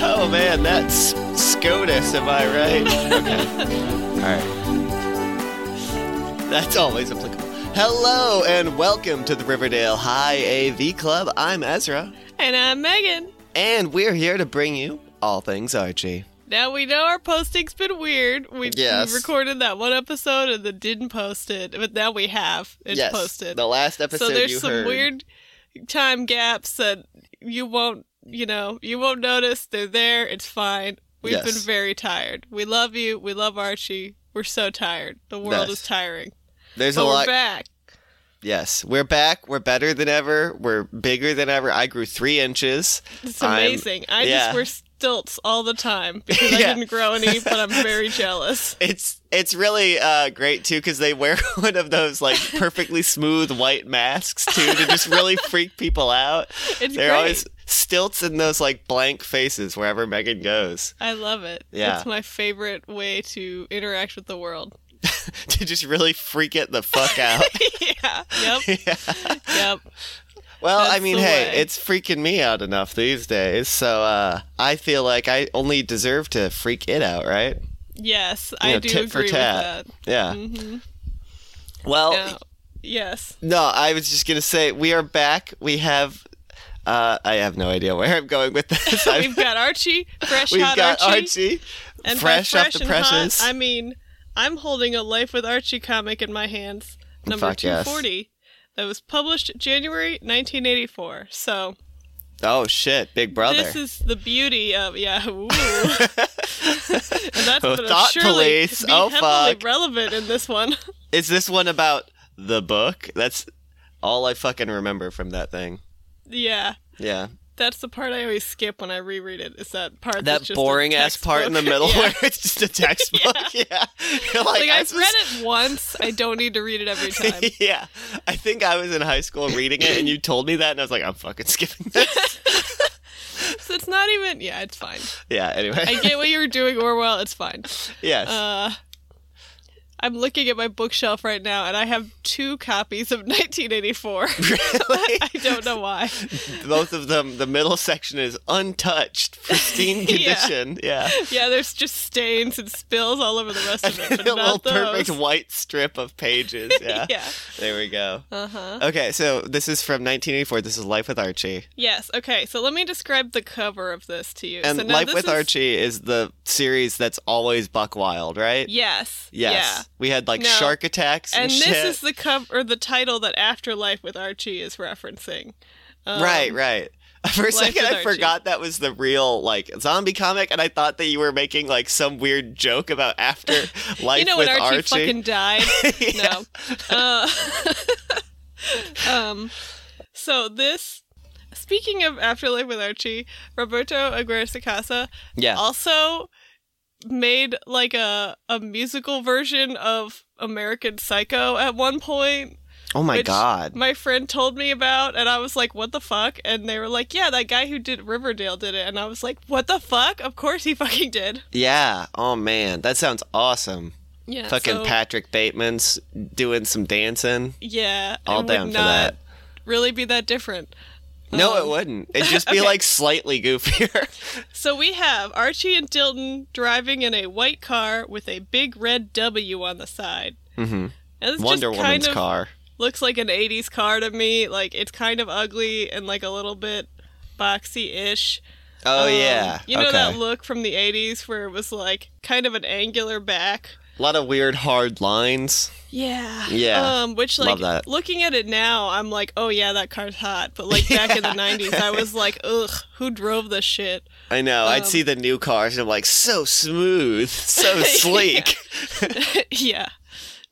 Oh man, that's SCOTUS, am I right? Okay. All right. That's always applicable. Hello and welcome to the Riverdale High AV Club. I'm Ezra, And I'm Megan. and we're here to bring you all things Archie. Now we know our posting's been weird. We, we Yes. recorded that one episode and then didn't post it, but now we have. It's yes, posted. the last episode so there's you some heard. weird time gaps that you won't, you know, you won't notice. They're there. It's fine. We've Yes. been very tired. We love you. We love Archie. We're so tired. The world Yes. is tiring. There's but a we're lot. back. Yes, we're back. We're better than ever. We're bigger than ever. I grew three inches. It's I'm- amazing. i yeah. just wear stilts all the time because I Yeah. didn't grow any, but I'm very jealous. It's it's really uh, great too because they wear one of those like perfectly smooth white masks too to just really freak people out. It's They're great. always stilts in those like blank faces wherever Megan goes I love it. Yeah. It's my favorite way to interact with the world. to just really freak it the fuck out. yeah. Yep. Yeah. Yep. Well, I That's mean, the hey, way. it's freaking me out enough these days, so uh, I feel like I only deserve to freak it out, right? Yes, You I know, do tit for agree with tat. that. Yeah. hmm Well, yes. No, I was just gonna say we are back. We have. Uh, I have no idea where I'm going with this. We've got Archie, fresh we've hot got Archie, Archie, and by fresh, off the and hot, presses. I mean, I'm holding a Life with Archie comic in my hands, number Fuck yes. 240, that was published January 1984. So oh shit, Big Brother. This is the beauty of yeah. Ooh. and that's Oh, gonna thought surely police. Be Oh, heavily fuck. relevant in this one. Is this one about the book? That's all I fucking remember from that thing. yeah, Yeah, that's the part I always skip when I reread it. Is that part that's that just a boring ass part in the textbook. middle Yeah. where it's just a textbook. yeah, You're like, Like I I've was- read it once. I don't need to read it every time. yeah, I think I was in high school reading it, and you told me that, and I was like, I'm fucking skipping this. so it's not even. Yeah, it's fine. yeah. Anyway, I get what you were doing, Orwell. It's fine. yes. Uh, I'm looking at my bookshelf right now, and I have two copies of 1984. Really? I don't know why. both of them the middle section is untouched pristine Yeah. condition yeah, Yeah, there's just stains and spills all over the rest of it, a but little not perfect those. white strip of pages yeah. Yeah. there we go Uh huh. okay so this is from 1984 this is life with archie Yes. Okay. So let me describe the cover of this to you. and so now life this with is- archie is the series that's always buck wild right Yes. yes we had like No. shark attacks Yeah. and, And shit this is the cover or the title that Afterlife with Archie is referencing. Um, right right for a Life second, with I Archie. forgot that was the real like zombie comic, and I thought that you were making like some weird joke about after life You know with when Archie, Archie. fucking died? Yeah. No. Uh, um, so this. Speaking of Afterlife with Archie, Roberto Aguirre Sacasa yeah, also made like a a musical version of American Psycho at one point. Oh my which god. My friend told me about and I was like, "What the fuck?" And they were like, "Yeah, that guy who did Riverdale did it." And I was like, "What the fuck? Of course he fucking did." Yeah. Oh man, that sounds awesome. Yeah. Fucking so- Patrick Bateman's doing some dancing. Yeah. it All would down for not that. Really be that different. No, Um, it wouldn't. It'd just be okay. like slightly goofier. So we have Archie and Dilton driving in a white car with a big red W on the side. hmm And it's Wonder just Woman's kind of car. looks like an 80s car to me. Like it's kind of ugly and like a little bit boxy-ish. Oh Um, yeah. You know okay. that look from the 80s where it was like kind of an angular back. A lot of weird hard lines. Yeah. Yeah. Um which Love like that. looking at it now I'm like, "Oh yeah, that car's hot." But like back in the 90s I was like, "Ugh, who drove this shit?" I know. I'd Um, see the new cars and I'm like, so smooth, so sleek. yeah.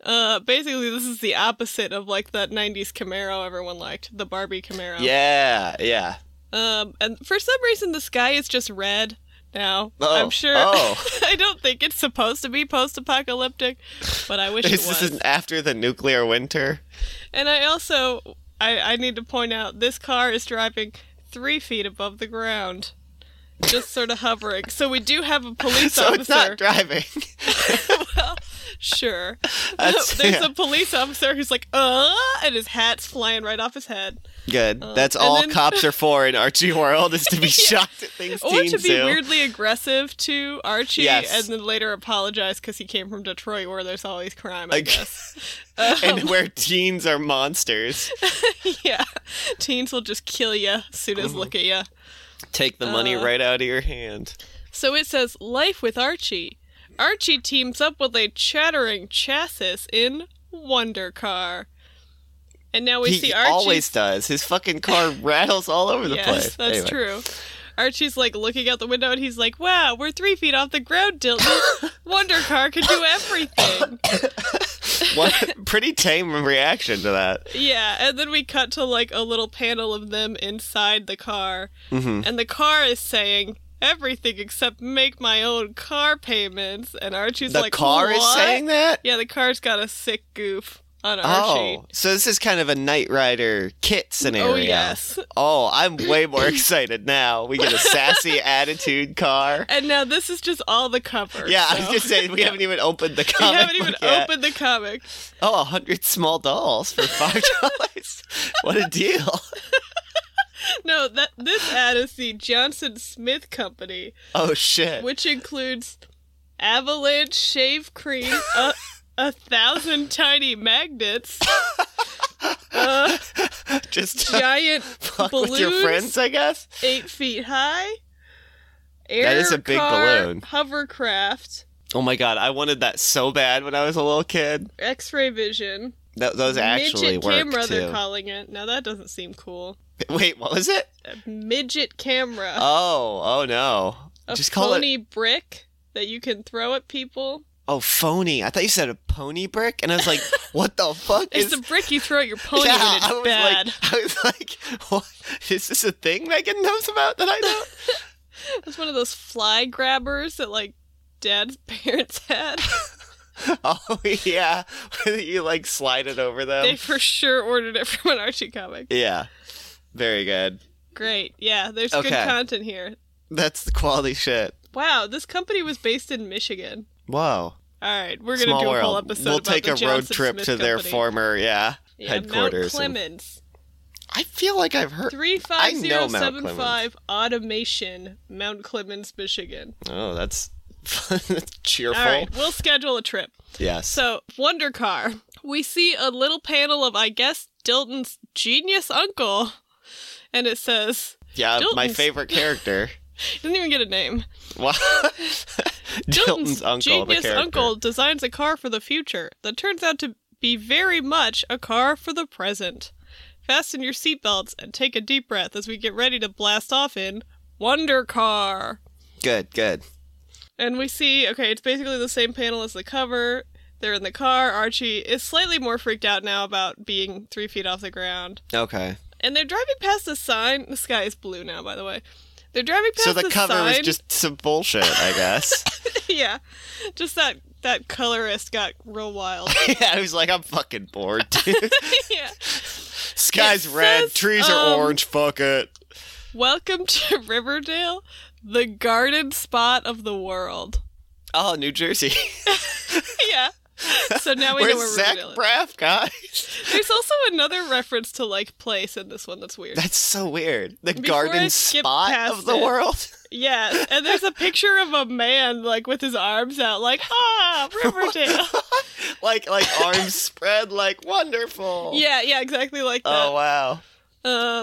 Uh basically this is the opposite of like that 90s Camaro everyone liked, the Barbie Camaro. yeah. yeah. Um, and for some reason, the sky is just red now. Oh, I'm sure. oh. I don't think it's supposed to be post-apocalyptic, but I wish it This was. is after the nuclear winter. And I also, I, I need to point out, this car is driving three feet above the ground, just sort of hovering. So we do have a police So officer. it's not driving. well, Sure. That's- There's yeah. a police officer who's like, uh, and his hat's flying right off his head. Good. That's Uh, and all then- cops are for in Archie World is to be shocked at things Or teens to be do. weirdly aggressive to Archie Yes. and then later apologize because he came from Detroit where there's always crime, I Like- guess. Um, and where teens are monsters. yeah. Teens will just kill you soon Oh as look at you. Take the money Uh. right out of your hand. So it says Life with Archie. Archie teams up with a chattering chassis in Wonder Car. And now we he see Archie. always does. His fucking car rattles all over the yes, place. that's Anyway. true. Archie's like looking out the window and he's like, wow, we're three feet off the ground, Dilton. Wonder Car could do everything. What pretty tame reaction to that. yeah, and then we cut to like a little panel of them inside the car. hmm And the car is saying, everything except make my own car payments. And Archie's the like, car what? is saying that. Yeah, the car's got a sick goof on Archie. Oh, Oh, so this is kind of a Knight Rider kit scenario. yes. Oh, I'm way more excited now. We get a sassy attitude car. And now this is just all the cover. Yeah, I so- was just saying we haven't even opened the We comic. haven't even book yet. opened the comic. Oh, a hundred small dolls for five dollars. what a deal! No, that this ad is the Johnson Smith Company, Oh shit! which includes Avalanche shave cream, a, a thousand tiny magnets, uh, Just to giant fuck with your balloons. friends, I guess. eight feet high. Air That is a big car, balloon. Hovercraft, Oh my god, I wanted that so bad when I was a little kid. X-ray vision. Th- those actually midget camera work they're too. calling it now that doesn't seem cool Wait, what was it? a midget camera Oh, oh no! a Just call it. phony brick that you can throw at people Oh, phony. I thought you said a pony brick, and I was like, what the fuck is? it's, a brick you throw at your pony yeah, when it's I was bad like, I was like, what? Is this a thing Megan knows about that I don't? it's one of those fly grabbers that like dad's parents had Oh yeah, you like slide it over them. they for sure ordered it from an archie comic yeah, very good. great yeah there's good Okay. content here That's the quality shit. wow this company was based in michigan Wow, all right we're gonna small do a world. whole episode we'll about take the a road Johnson trip Smith to their Company. former yeah, yeah, headquarters. mount and- clemens I feel like I've heard. Three I five know zero Mount seven five automation, Mount Clemens, Michigan. Oh, that's that's cheerful. All right, we'll schedule a trip. Yes. So Wonder Car, we see a little panel of I guess Dilton's genius uncle, and it says yeah, my Dilton's- favorite character. he doesn't even get a name. Wow. Dilton's uncle, the genius character. uncle designs a car for the future that turns out to be very much a car for the present. Fasten your seatbelts and take a deep breath as we get ready to blast off in Wonder Car. Good, good. And we see, okay, it's basically the same panel as the cover. They're in the car. Archie is slightly more freaked out now about being three feet off the ground. Okay. And they're driving past a sign. The sky is blue now, by the way. They're driving past So the a cover was sign- just some bullshit, I guess. yeah, just that that colorist got real wild. yeah, I was like, I'm fucking bored, dude. yeah. Sky's It red, says, trees um, are orange, fuck it. Welcome to Riverdale, the garden spot of the world. Oh, New Jersey. yeah. So now we know where Where's Zach Riverdale is. Braff, guys? There's also another reference to like place in this one that's weird. That's so weird. The Before I garden skip spot past of the it- world. Yes, and there's a picture of a man like with his arms out, like ah, Riverdale. like like arms spread like wonderful. yeah, yeah, exactly like Oh that. wow.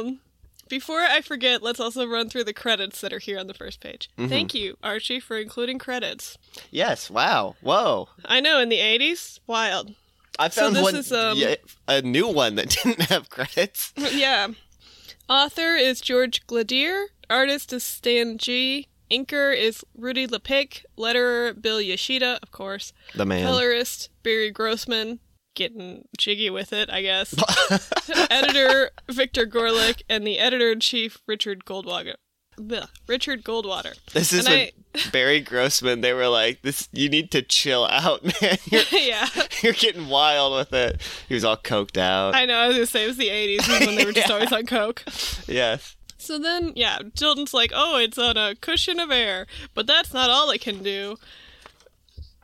Um, before I forget, let's also run through the credits that are here on the first page. Mhm. Thank you, Archie, for including credits. Yes, wow. Whoa. I know in the '80s, wild. I So found this one is, um, yeah, a new one that didn't have credits. yeah. Author is George Gladier. Artist is Stan G. Inker is Rudy LePic. Letterer Bill Yoshida, of course. The man. Colorist Barry Grossman, getting jiggy with it, I guess. editor Victor Gorlick and the editor in chief Richard Goldwater. Blech, Richard Goldwater. This is and when Barry Grossman they were like, This you need to chill out, man. You're yeah, you're getting wild with it. He was all coked out. I know. I was gonna say it was the '80s was when they were just always on coke. yes. So then, yeah, Dilton's like, "Oh, it's on a cushion of air," but that's not all it can do.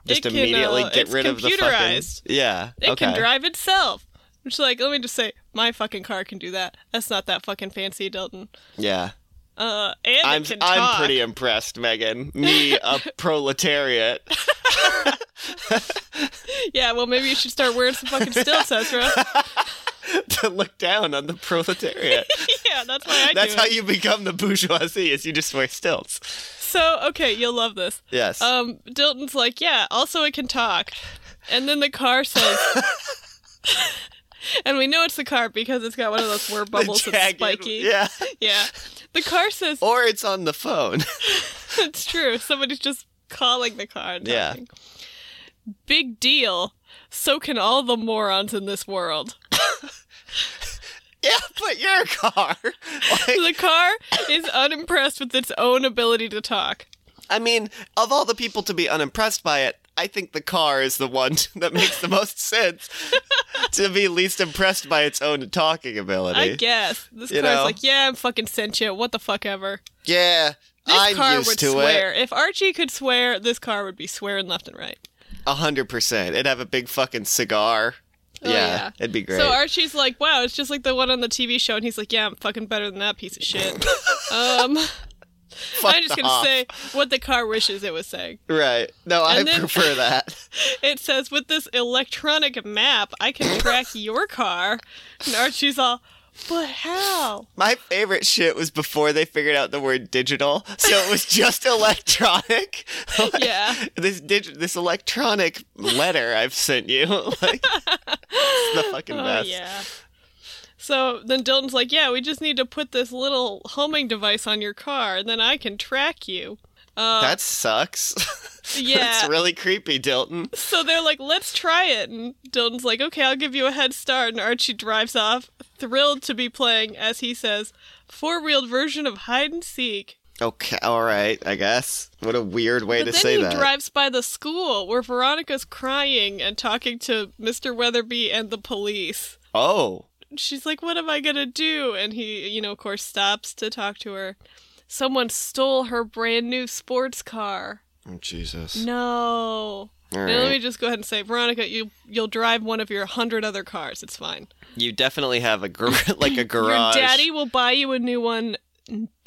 Just It can, immediately uh, get it's rid of the fucking. computerized. Yeah. It okay. can drive itself. Which, like, let me just say, my fucking car can do that. That's not that fucking fancy, Dalton. Yeah. Uh, and I'm it can talk. I'm pretty impressed, Megan. Me, a proletariat. Yeah, well, maybe you should start wearing some fucking stilts, Ezra. to look down on the proletariat. yeah, that's why I That's do how it. you become the bourgeoisie is you just wear stilts. So, okay, you'll love this. Yes. Um, Dilton's like, yeah, also it can talk. And then the car says. and we know it's the car because it's got one of those word The bubbles that's jagged- spiky. Yeah. Oh. Yeah. The car says, Or it's on the phone. it's true. Somebody's just calling the car. And Yeah. talking. Big deal. So can all the morons in this world. yeah, but your car. Like, The car is unimpressed with its own ability to talk. I mean, of all the people to be unimpressed by it, I think the car is the one that makes the most sense to be least impressed by its own talking ability. I guess. This You car's know? like, yeah, I'm fucking sentient. What the fuck ever. yeah, This I'm car used would to swear. it. If Archie could swear, this car would be swearing left and right. A hundred percent. It'd have a big fucking cigar. Oh, yeah. it'd be great. So Archie's like, wow, it's just like the one on the TV show. And he's like, yeah, I'm fucking better than that piece of shit. um, Fuck I'm just going off. to say what the car wishes it was saying. Right. No, I And then- prefer that. It says, with this electronic map, I can track your car. And Archie's all, but how? My favorite shit was before they figured out the word digital, so it was just electronic. Like, Yeah. This dig- this electronic letter I've sent you, like it's the fucking Oh, best. yeah. So then Dilton's like, yeah, we just need to put this little homing device on your car, and then I can track you. Uh, That sucks. yeah. That's really creepy, Dilton. so they're like, let's try it. And Dilton's like, okay, I'll give you a head start. And Archie drives off, thrilled to be playing, as he says, four wheeled version of hide and seek. Okay, all right, I guess. What a weird way But to then say he that. drives by the school where Veronica's crying and talking to Mr. Weatherby and the police. oh, she's like, What am I gonna do? And he, you know, of course, stops to talk to her. Someone stole her brand new sports car. Oh, Jesus. No. All Now, let right. me just go ahead and say, Veronica, you you'll drive one of your hundred other cars. It's fine. You definitely have a gar- like a garage. Your daddy will buy you a new one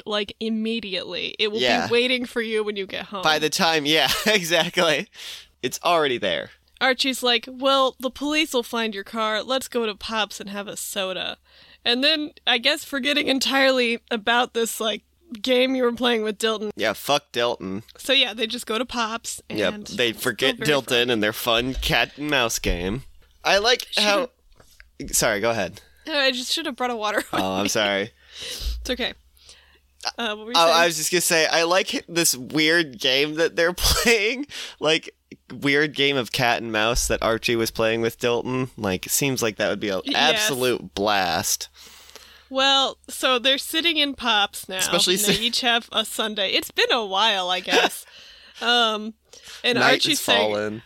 like immediately. It will Yeah. be waiting for you when you get home. By the time, yeah, exactly. It's already there. Archie's like, Well, the police will find your car. Let's go to Pops and have a soda. And then I guess forgetting entirely about this like game you were playing with Dilton. Yeah, fuck Dilton. So yeah, they just go to Pops and Yep, they forget very Dilton and their fun cat and mouse game. I like how. Sorry, go ahead. Oh, I just should have brought a water. Oh, I'm sorry. it's okay. Uh, what were you oh, saying? I was just gonna say I like this weird game that they're playing, like weird game of cat and mouse that Archie was playing with Dilton. Like, it seems like that would be an Yes. absolute blast. Well, so they're sitting in Pops now. Especially and they si- each have a Sunday. It's been a while, I guess. um, and Night Archie's has saying, fallen.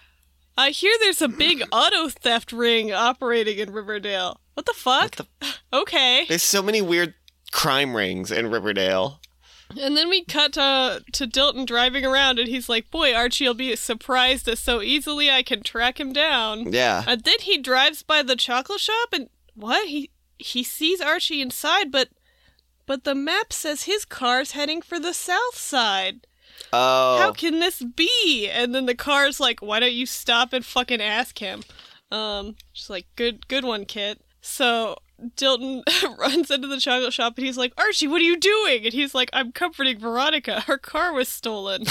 "I hear there's a big auto theft ring operating in Riverdale. What the fuck? okay." There's so many weird crime rings in Riverdale. And then we cut to, to Dilton driving around, and he's like, "Boy, Archie'll be surprised as so easily I can track him down." Yeah. And Uh, then he drives by the chocolate shop and what? He he sees Archie inside, but but the map says his car's heading for the south side. Oh. How can this be? And then the car's like, "Why don't you stop and fucking ask him?" Um, she's like, "Good good one, Kit." So Dilton runs into the chocolate shop and he's like, "Archie, what are you doing?" And he's like, "I'm comforting Veronica. Her car was stolen."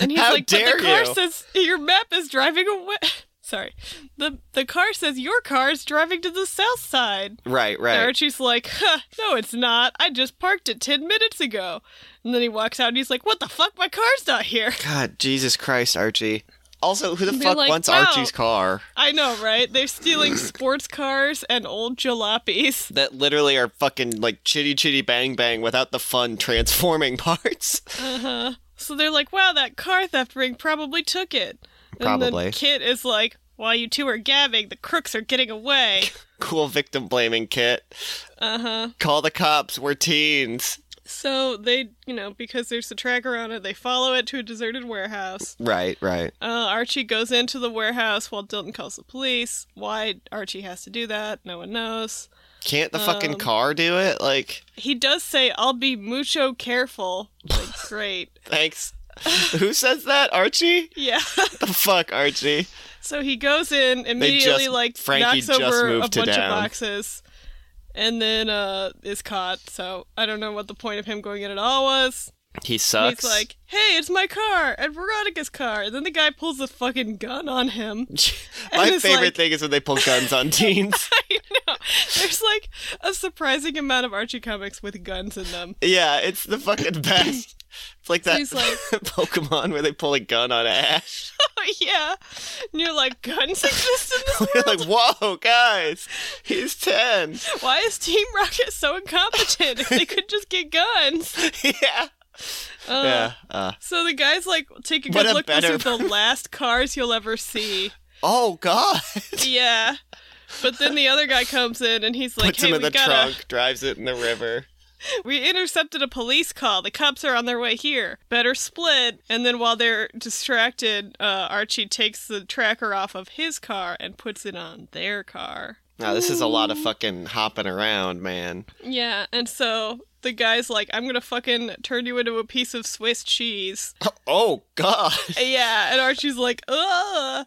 And he's How like, but dare the car you." says your map is driving away. Sorry, the the car says your car is driving to the south side. right, And right. Archie's like, huh, no, it's not. I just parked it ten minutes ago. And then he walks out and he's like, what the fuck? My car's not here. God, Jesus Christ, Archie. Also, who the They're fuck like, wants "Wow." Archie's car? I know, right? They're stealing sports cars and old jalopies. that literally are fucking like chitty chitty bang bang without the fun transforming parts. So they're like, wow, that car theft ring probably took it. And Probably. then Kit is like, while you two are gabbing, the crooks are getting away. cool victim blaming kit. Uh huh. Call the cops, we're teens. So they, you know, because there's a tracker on it, they follow it to a deserted warehouse. Right, right. Uh, Archie goes into the warehouse while Dilton calls the police. Why Archie has to do that, no one knows. Can't the fucking Um, car do it? Like, He does say, I'll be mucho careful. Like, great. thanks. Who says that? Archie? Yeah. The fuck, Archie? So he goes in immediately, just- like Frankie knocks just over a moved to bunch of down. boxes, and then uh, is caught. So I don't know what the point of him going in at all was. He sucks. He's like, "Hey, it's my car and Veronica's car." And then the guy pulls a fucking gun on him. My and it's favorite like- thing is when they pull guns on teens. I know. There's like a surprising amount of Archie comics with guns in them. yeah, it's the fucking best. It's like that He's like- Pokemon where they pull a gun on Ash. Oh yeah, and you're like, guns exist in this. You're like, whoa, guys, he's 10. Why is Team Rocket so incompetent? If they could just get guns. yeah. Uh, yeah. Uh, So the guy's like, take a What good a look. better- These are the last cars you'll ever see. oh, God. yeah. But then the other guy comes in and he's like, Puts hey, him in we the gotta. trunk, drives it in the river. We intercepted a police call. The cops are on their way here. Better split. And then while they're distracted, uh, Archie takes the tracker off of his car and puts it on their car. Now, this is a lot of fucking hopping around, man. Yeah. And so the guy's like, I'm gonna fucking turn you into a piece of Swiss cheese. Oh, God. yeah. And Archie's like, ugh.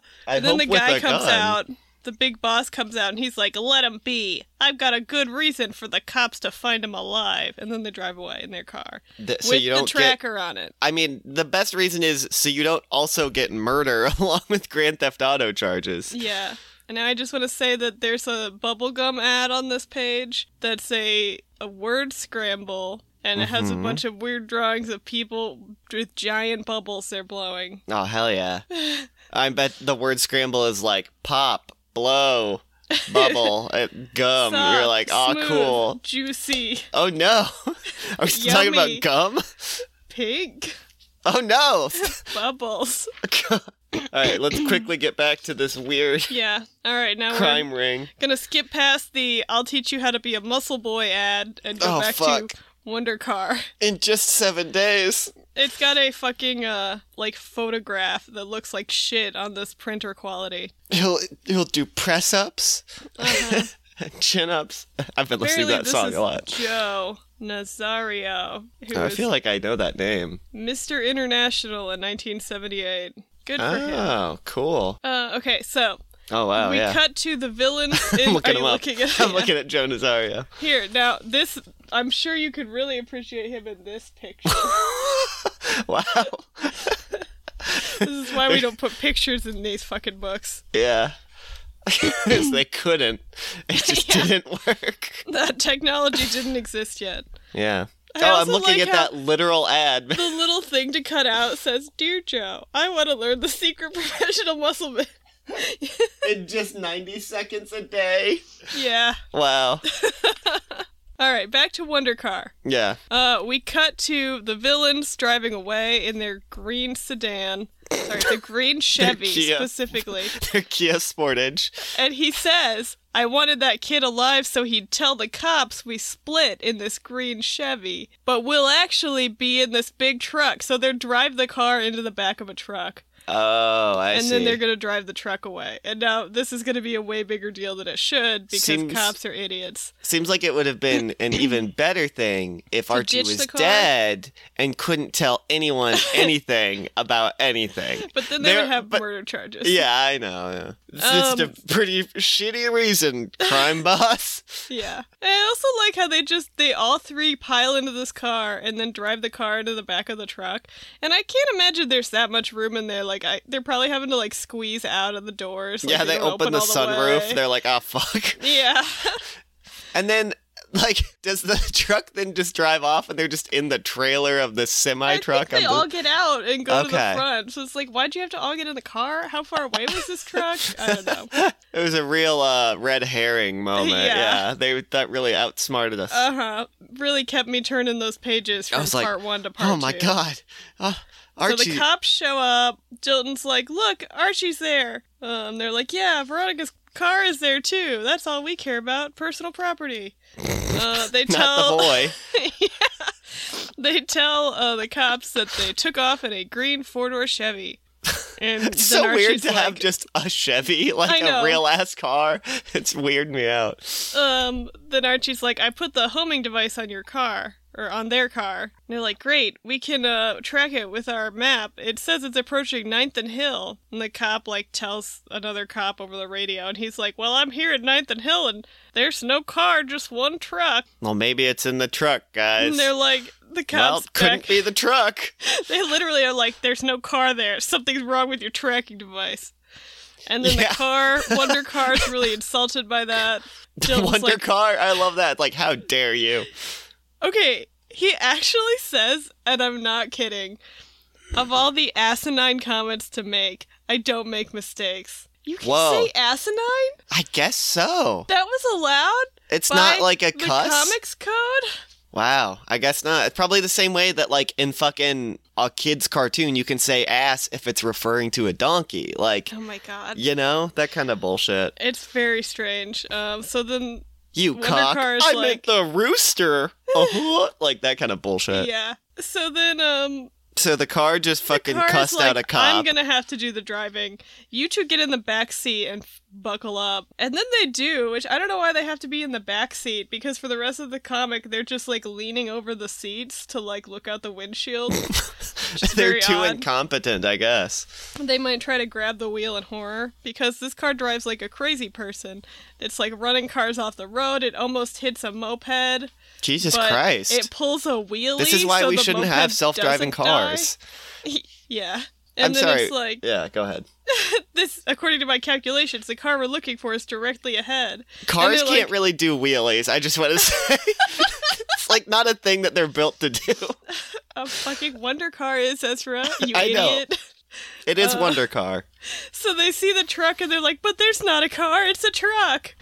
I and then hope the with guy a comes gun. out. The big boss comes out and he's like, "Let him be. I've got a good reason for the cops to find him alive." And then they drive away in their car Th- so with you don't the tracker on it. get. I mean, the best reason is so you don't also get murder along with Grand Theft Auto charges. Yeah. And I just want to say that there's a bubblegum ad on this page that's a a word scramble and it has a Mhm. bunch of weird drawings of people with giant bubbles they're blowing. Oh hell yeah! I bet the word scramble is like pop, blow, bubble, uh, gum. Soft, You're like, oh smooth, cool. juicy, Oh no, are we still talking Yummy. about gum? pink Oh no! bubbles. All right, let's quickly get back to this weird Yeah. All right, now we're crime ring. Gonna skip past the "I'll teach you how to be a muscle boy" ad and go Oh, back fuck. to Wonder Car. In just seven days, It's got a fucking uh like photograph that looks like shit on this printer quality. he'll he'll do press ups, Uh-huh. chin ups. I've been listening Apparently, to that this song is a lot. Joe Nazario, who Oh, I was feel like I know that name. Mr. International in 1978. Good for him. Oh, cool. Uh, okay, so Oh wow, we yeah. cut to the villains. In, I'm are looking you him up. looking at I'm looking at Joe Nazario. here now? This I'm sure you could really appreciate him in this picture. wow. This is why we don't put pictures in these fucking books. Yeah. 'Cause they couldn't. It just Yeah. didn't work. That technology didn't exist yet. Yeah. I oh, I'm also looking like at how- that literal ad. The little thing to cut out says, "Dear Joe, I want to learn the secret professional muscle." ma-" in just 90 seconds a day. yeah. Wow. All right, back to Wonder Car. Yeah. Uh, we cut to the villains driving away in their green sedan. Sorry, the green Chevy Kia. specifically. Their Kia Sportage. And he says, I wanted that kid alive so he'd tell the cops we split in this green Chevy, but we'll actually be in this big truck. So they drive the car into the back of a truck, Oh, I and see. then they're going to drive the truck away. And now this is going to be a way bigger deal than it should because Seems- cops are idiots. Seems like it would have been an even better thing if Archie ditch was the car? dead and couldn't tell anyone anything about anything. But then they There- would have but- murder charges. Yeah, I know. Yeah. It's Um, just a pretty shitty reason, crime boss. Yeah. And I also like how they just they all three pile into this car and then drive the car into the back of the truck. And I can't imagine there's that much room in there. Like I, they're probably having to like squeeze out of the doors. like, yeah, they don't open the all sunroof. way. They're like, "Ah, fuck!" Yeah. And then, like, does the truck then just drive off? And they're just in the trailer of the semi I truck. think they all get out and go to Okay. the front. So it's like, why'd you have to all get in the car? How far away was this truck? I don't know. It was a real uh, red herring moment. Yeah. Yeah, they that really outsmarted us. Uh huh. Really kept me turning those pages from was like, part one to part two. oh my god, uh, Archie. So the cops show up. Dilton's like, "Look, Archie's there." Um, they're like, "Yeah, Veronica's car is there too. That's all we care about: personal property." Uh, they not tell the boy. They tell uh, the cops that they took off in a green four door Chevy. And It's so then weird Archie's to have like, just a Chevy, I like a know. real ass car. It's weirded me out. Um, then Archie's like, I put the homing device on your car, or on their car. And they're like, great, we can uh, track it with our map. It says it's approaching Ninth and Hill. And the cop, like, tells another cop over the radio, and he's like, well, I'm here at Ninth and Hill, and there's no car, just one truck. Well, maybe it's in the truck, guys. And they're like, the well, cops couldn't back. be the truck. They literally are like, there's no car there. Something's wrong with your tracking device. And then Yeah. the car, Wonder Car's really insulted by that. Dylan's Wonder like, car. I love that. Like, how dare you? Okay, he actually says, and I'm not kidding, of all the asinine comments to make, I don't make mistakes. You can Whoa. say asinine? I guess so. That was allowed? It's by not like a the cuss. comics code? Wow, I guess not. It's probably the same way that, like, in fucking a kid's cartoon, you can say ass if it's referring to a donkey. Like, Oh my god. you know, that kind of bullshit. It's very strange. Um, so then, You Wonder cock. Car is I like- meant the rooster. Uh-huh. like, that kind of bullshit. yeah. So then, um, So the car just fucking Car's cussed like, out a cop. I'm gonna have to do the driving. You two get in the back seat and f- buckle up. And then they do, which I don't know why they have to be in the back seat because for the rest of the comic, they're just like leaning over the seats to like look out the windshield. which is They're very too odd. incompetent, I guess. They might try to grab the wheel in horror because this car drives like a crazy person. It's like running cars off the road. It almost hits a moped. Jesus but Christ. It pulls a wheelie. this is why so we the shouldn't moped have self-driving doesn't cars. die. yeah. And I'm then sorry. it's like Yeah, go ahead. this, according to my calculations, the car we're looking for is directly ahead. Cars they're can't like- really do wheelies. I just want to say it's like not a thing that they're built to do. A fucking wonder car is Ezra, you I know. idiot. It is Uh. Wonder Car. So they see the truck and they're like, but there's not a car, it's a truck.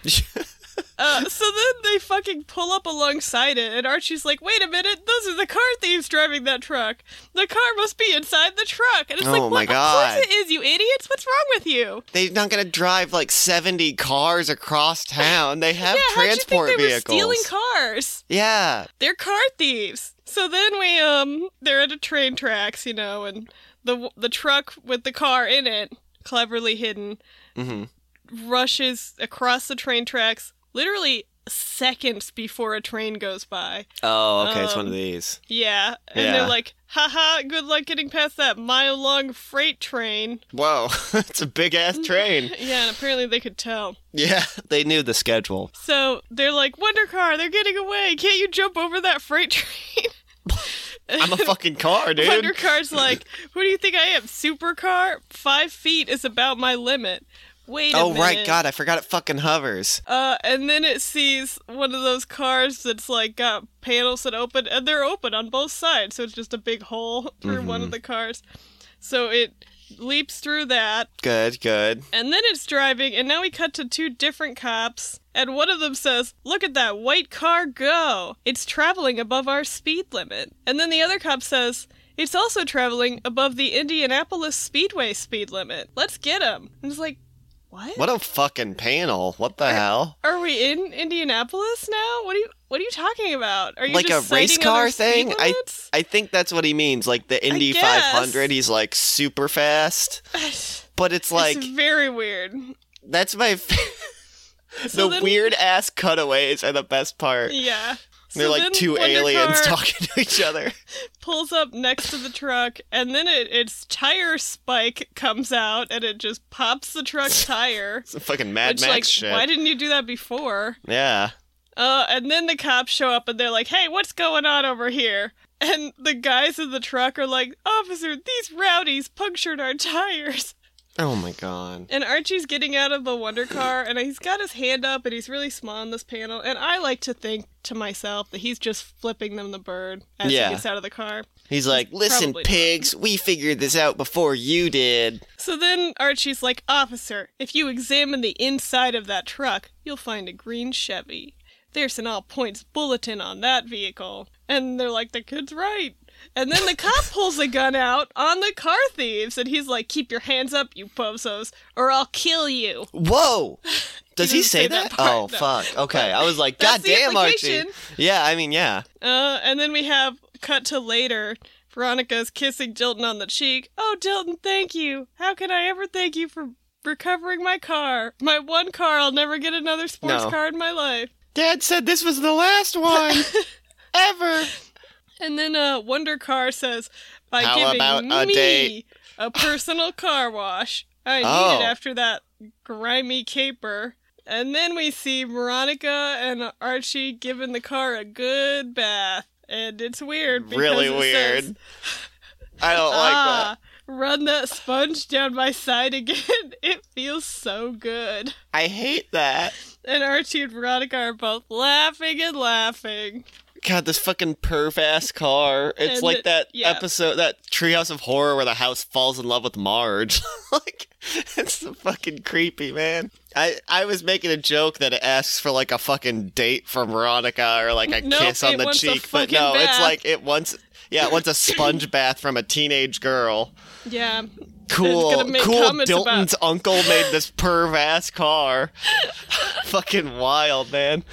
Uh, so then they fucking pull up alongside it, and Archie's like, wait a minute, those are the car thieves driving that truck. The car must be inside the truck. And it's like, Oh what? my God. Of course it is, you idiots. What's wrong with you? They're not going to drive like 70 cars across town. They have yeah, transport how'd you think vehicles. they were stealing cars? yeah. they're car thieves. So then we um they're at a train tracks, you know, and the the truck with the car in it, cleverly hidden, hmm rushes across the train tracks literally seconds before a train goes by. Oh, okay. it's one of Um, these. Yeah. And Yeah. they're like, haha, good luck getting past that mile long freight train. Whoa. it's a big ass train. Yeah, and apparently they could tell. yeah. They knew the schedule. So they're like, Wonder Car, they're getting away. Can't you jump over that freight train? I'm a fucking car, dude. Wonder Car's like, who do you think I am? Supercar? Five feet is about my limit. Wait a oh, minute. right. God, I forgot it fucking hovers. Uh, and then it sees one of those cars that's like got panels that open, and they're open on both sides, so it's just a big hole through one Mm-hmm. of the cars. So it leaps through that, Good, good. and then it's driving, and now we cut to two different cops, and one of them says, Look at that white car go! It's traveling above our speed limit. And then the other cop says, It's also traveling above the Indianapolis Speedway speed limit. Let's get him. And it's like, What? What a fucking panel. What the hell? Are we in Indianapolis now? What are you What are you talking about? Are you Like just a race citing car other speed thing? I- limits? I think that's what he means. Like the Indy guess. 500, he's like super fast. But it's like, it's very weird. that's my. F- So the then- weird ass cutaways are the best part. Yeah. They're So like then two Wonder aliens Car- talking to each other. pulls up next to the truck, and then it, its tire spike comes out, and it just pops the truck's tire. It's a fucking Mad Which, Max like, shit. why didn't you do that before? yeah. Uh, and then the cops show up, and they're like, "Hey, what's going on over here?" And the guys in the truck are like, "Officer, these rowdies punctured our tires." Oh my god. And Archie's getting out of the Wonder Car, and he's got his hand up, and he's really small in this panel. And I like to think to myself that he's just flipping them the bird as Yeah. he gets out of the car. He's like, listen, probably not. pigs, we figured this out before you did. So then Archie's like, Officer, if you examine the inside of that truck, you'll find a green Chevy. There's an all points bulletin on that vehicle. And they're like, The kid's right. And then the cop pulls a gun out on the car thieves, and he's like, Keep your hands up, you bozos, or I'll kill you. Whoa! Does he, didn't say, say that? that part, oh no. fuck. Okay, I was like, That's God the damn, Archie. implication. Yeah, I mean, yeah. Uh, and then we have Cut to later. Veronica is kissing Dilton on the cheek. Oh, Dilton, thank you. How can I ever thank you for recovering my car? My one car. I'll never get another sports No. car in my life. Dad said this was the last one ever. And then uh, Wonder Car says, by How giving about a me date? a personal car wash. I need Oh. it after that grimy caper. And then we see Veronica and Archie giving the car a good bath. And it's weird. Because Really it weird. Says, I don't like that. ah, run that sponge down my side again. It feels so good. I hate that. And Archie and Veronica are both laughing and laughing. God, this fucking perv ass car. It's And like it- that yeah. episode, that Treehouse of Horror where the house falls in love with Marge. like, it's so fucking creepy, man. I, I was making a joke that it asks for like a fucking date from Veronica or like a Nope, kiss on it the wants a cheek, but fucking no, it's bath. like it wants, yeah, it wants a sponge bath from a teenage girl. Yeah. Cool, gonna make cool. comments about- Dilton's uncle made this perv ass car. fucking wild, man.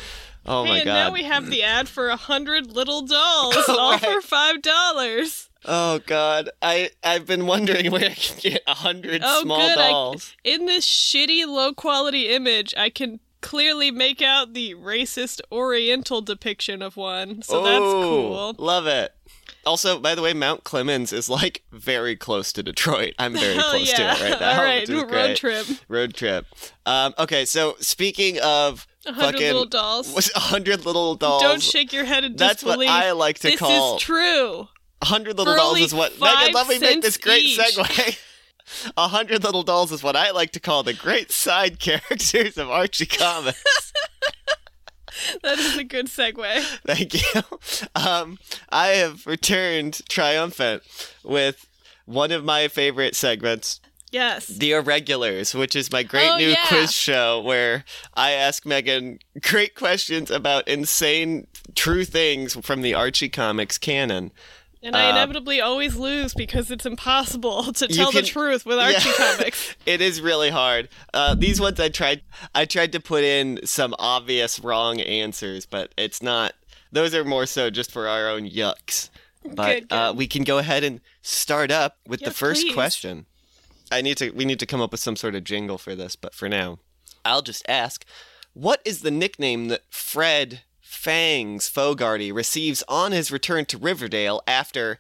Oh my and god. now we have the ad for a hundred little dolls, all Right. for five dollars. Oh God, I I've been wondering where I can get a hundred Oh, small good, I- dolls. In this shitty, low quality image, I can clearly make out the racist Oriental depiction of one, so that's Ooh, cool. Love it. Also, by the way, Mount Clemens is like very close to Detroit. I'm very Hell close yeah! to it right now. all which right, is road great. trip. Road trip. Um, okay, so speaking of A hundred Fucking- little dolls. was hundred little dolls. Don't shake your head in that's what disbelief. I like to this call is true. hundred little for dolls only is what five Megan. Let me make cents this great each. segue. A hundred little dolls is what I like to call the great side characters of Archie Comics. That is a good segue. Thank you. Um, I have returned triumphant with one of my favorite segments, Yes. The Irregulars, which is my great Oh, new yeah. quiz show where I ask Megan great questions about insane, true things from the Archie Comics canon. And I Uh, inevitably always lose because it's impossible to You tell the can- truth with Archie Yeah. comics. It is really hard. Uh, these ones I tried. I tried to put in some obvious wrong answers, but it's not. Those are more so just for our own yucks. But Good, good. Uh, we can go ahead and start up with the Yes, first please. question. I need to. We need to come up with some sort of jingle for this. But for now, I'll just ask: What is the nickname that Fred Fangs Fogarty receives on his return to Riverdale after?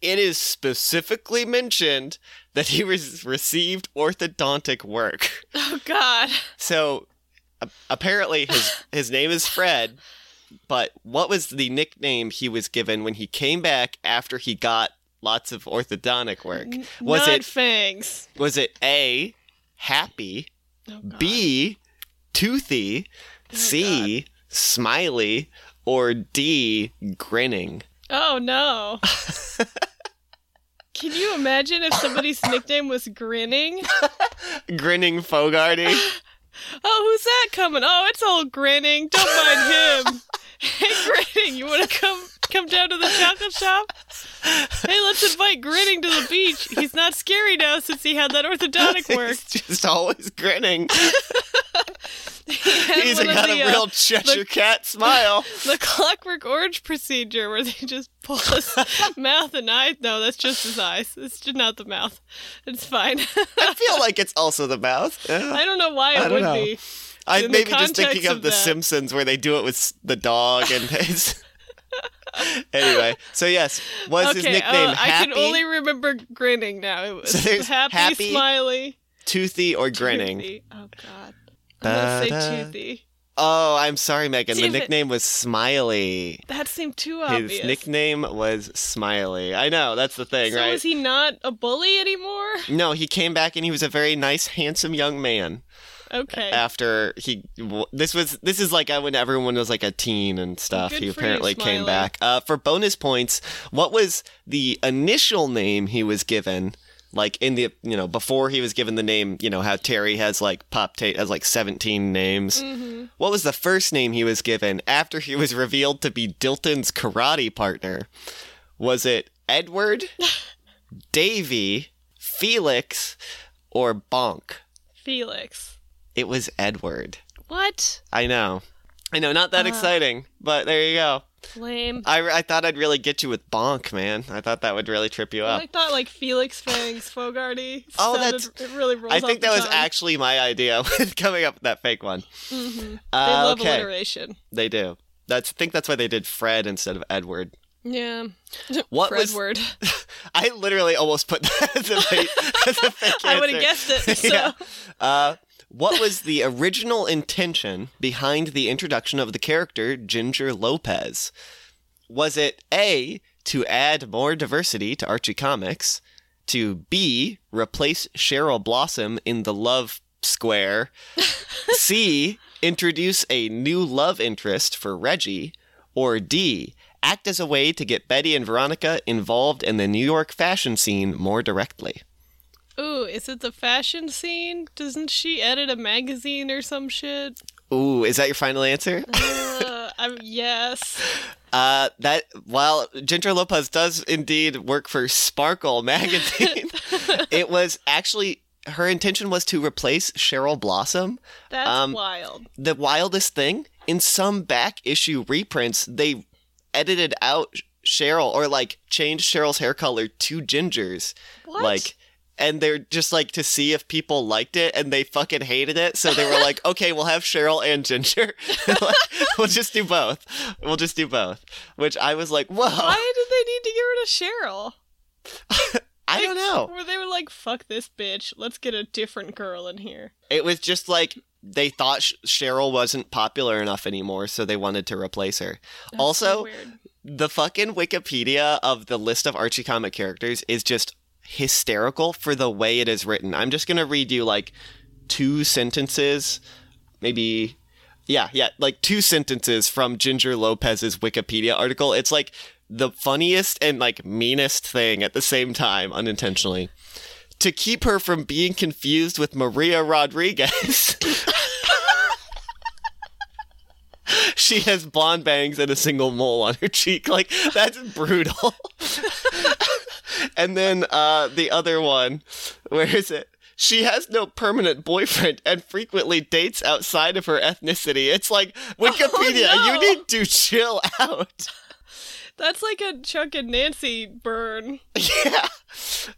It is specifically mentioned that he was received orthodontic work. Oh God. So a- apparently his his name is Fred, but what was the nickname he was given when he came back after he got lots of orthodontic work? Was Not it fangs? was it A happy, Oh, God. Oh, B toothy, C smiley, or D grinning? Oh no. Can you imagine if somebody's nickname was grinning? Grinning Fogarty. Oh, who's that coming? Oh, it's old grinning. Don't mind him. hey grinning, you wanna come come down to the chocolate shop? Hey, let's invite grinning to the beach. He's not scary now since he had that orthodontic work. He's just always grinning. He had He's one of got the, a uh, real Cheshire Cat smile. the clockwork orange procedure where they just pull his mouth and eyes. No, that's just his eyes. It's just not the mouth. It's fine. I feel like it's also the mouth. Yeah. I don't know I why it don't would know. be. I'm in the maybe just thinking context of, of The that. Simpsons where they do it with s- the dog and his. anyway, so yes, was his okay, nickname uh, I Happy, can only remember grinning now. It was So there's happy, happy, smiley, Toothy, or Grinning? toothy. Oh God, I'm gonna say Da-da. toothy. Oh, I'm sorry, Megan. Damn the it. nickname was Smiley. That seemed too His obvious. nickname was Smiley. I know that's the thing, so right? was he not a bully anymore? No, he came back and he was a very nice, handsome young man. Okay. after he w- this was this is like uh, when everyone was like a teen and stuff Good he for you, apparently came Smiley. back uh, for bonus points what was the initial name he was given like in the you know before he was given the name you know how terry has like pop tate has like 17 names hmm what was the first name he was given after he was revealed to be dilton's karate partner was it edward davy felix or bonk Felix. it was edward What? I know. I know, not that Uh. exciting, but there you go. Lame. I, I thought I'd really get you with bonk, man. I thought that would really trip you up. I thought like Felix Fangs Fogarty. Uh, Oh, sounded- It really rolls I think that was actually. actually my idea with coming up with that fake one. hmm They Uh, love okay, alliteration. they do. That's I think that's why they did Fred instead of Edward. Yeah. What Fred was- word. I literally almost put that as a, fake- as a fake I would answer. have guessed it. So. Yeah. Uh, what was the original intention behind the introduction of the character Ginger Lopez? Was it A, to add more diversity to Archie Comics, to B, replace Cheryl Blossom in the love square, C, introduce a new love interest for Reggie, or D, act as a way to get Betty and Veronica involved in the New York fashion scene more directly? Ooh, is it the fashion scene? Doesn't she edit a magazine or some shit? Ooh, is that your final answer? Uh, I'm, yes. Uh, that while Ginger Lopez does indeed work for Sparkle magazine, it was actually her intention was to replace Cheryl Blossom. That's Um, wild. The wildest thing in some back issue reprints, they edited out Cheryl or like changed Cheryl's hair color to Ginger's. What? Like, and they're just like to see if people liked it, and they fucking hated it. So they were like, "Okay, we'll have Cheryl and Ginger. Like, we'll just do both. We'll just do both." Which I was like, "Whoa, Why did they need to get rid of Cheryl? I don't know." Where they were like, fuck this bitch. Let's get a different girl in here. It was just like they thought Sh- Cheryl wasn't popular enough anymore, so they wanted to replace her. That's so also, weird. the fucking Wikipedia of the list of Archie comic characters is just hysterical for the way it is written. I'm just gonna read you like two sentences, maybe. Yeah, yeah, like two sentences from Ginger Lopez's Wikipedia article. It's like the funniest and like meanest thing at the same time, unintentionally. To keep her from being confused with Maria Rodriguez. she has blonde bangs and a single mole on her cheek. Like that's brutal. and then uh, the other one, where is it? She has no permanent boyfriend and frequently dates outside of her ethnicity. It's like Wikipedia. no. You need to chill out. That's like a Chuck and Nancy burn. yeah.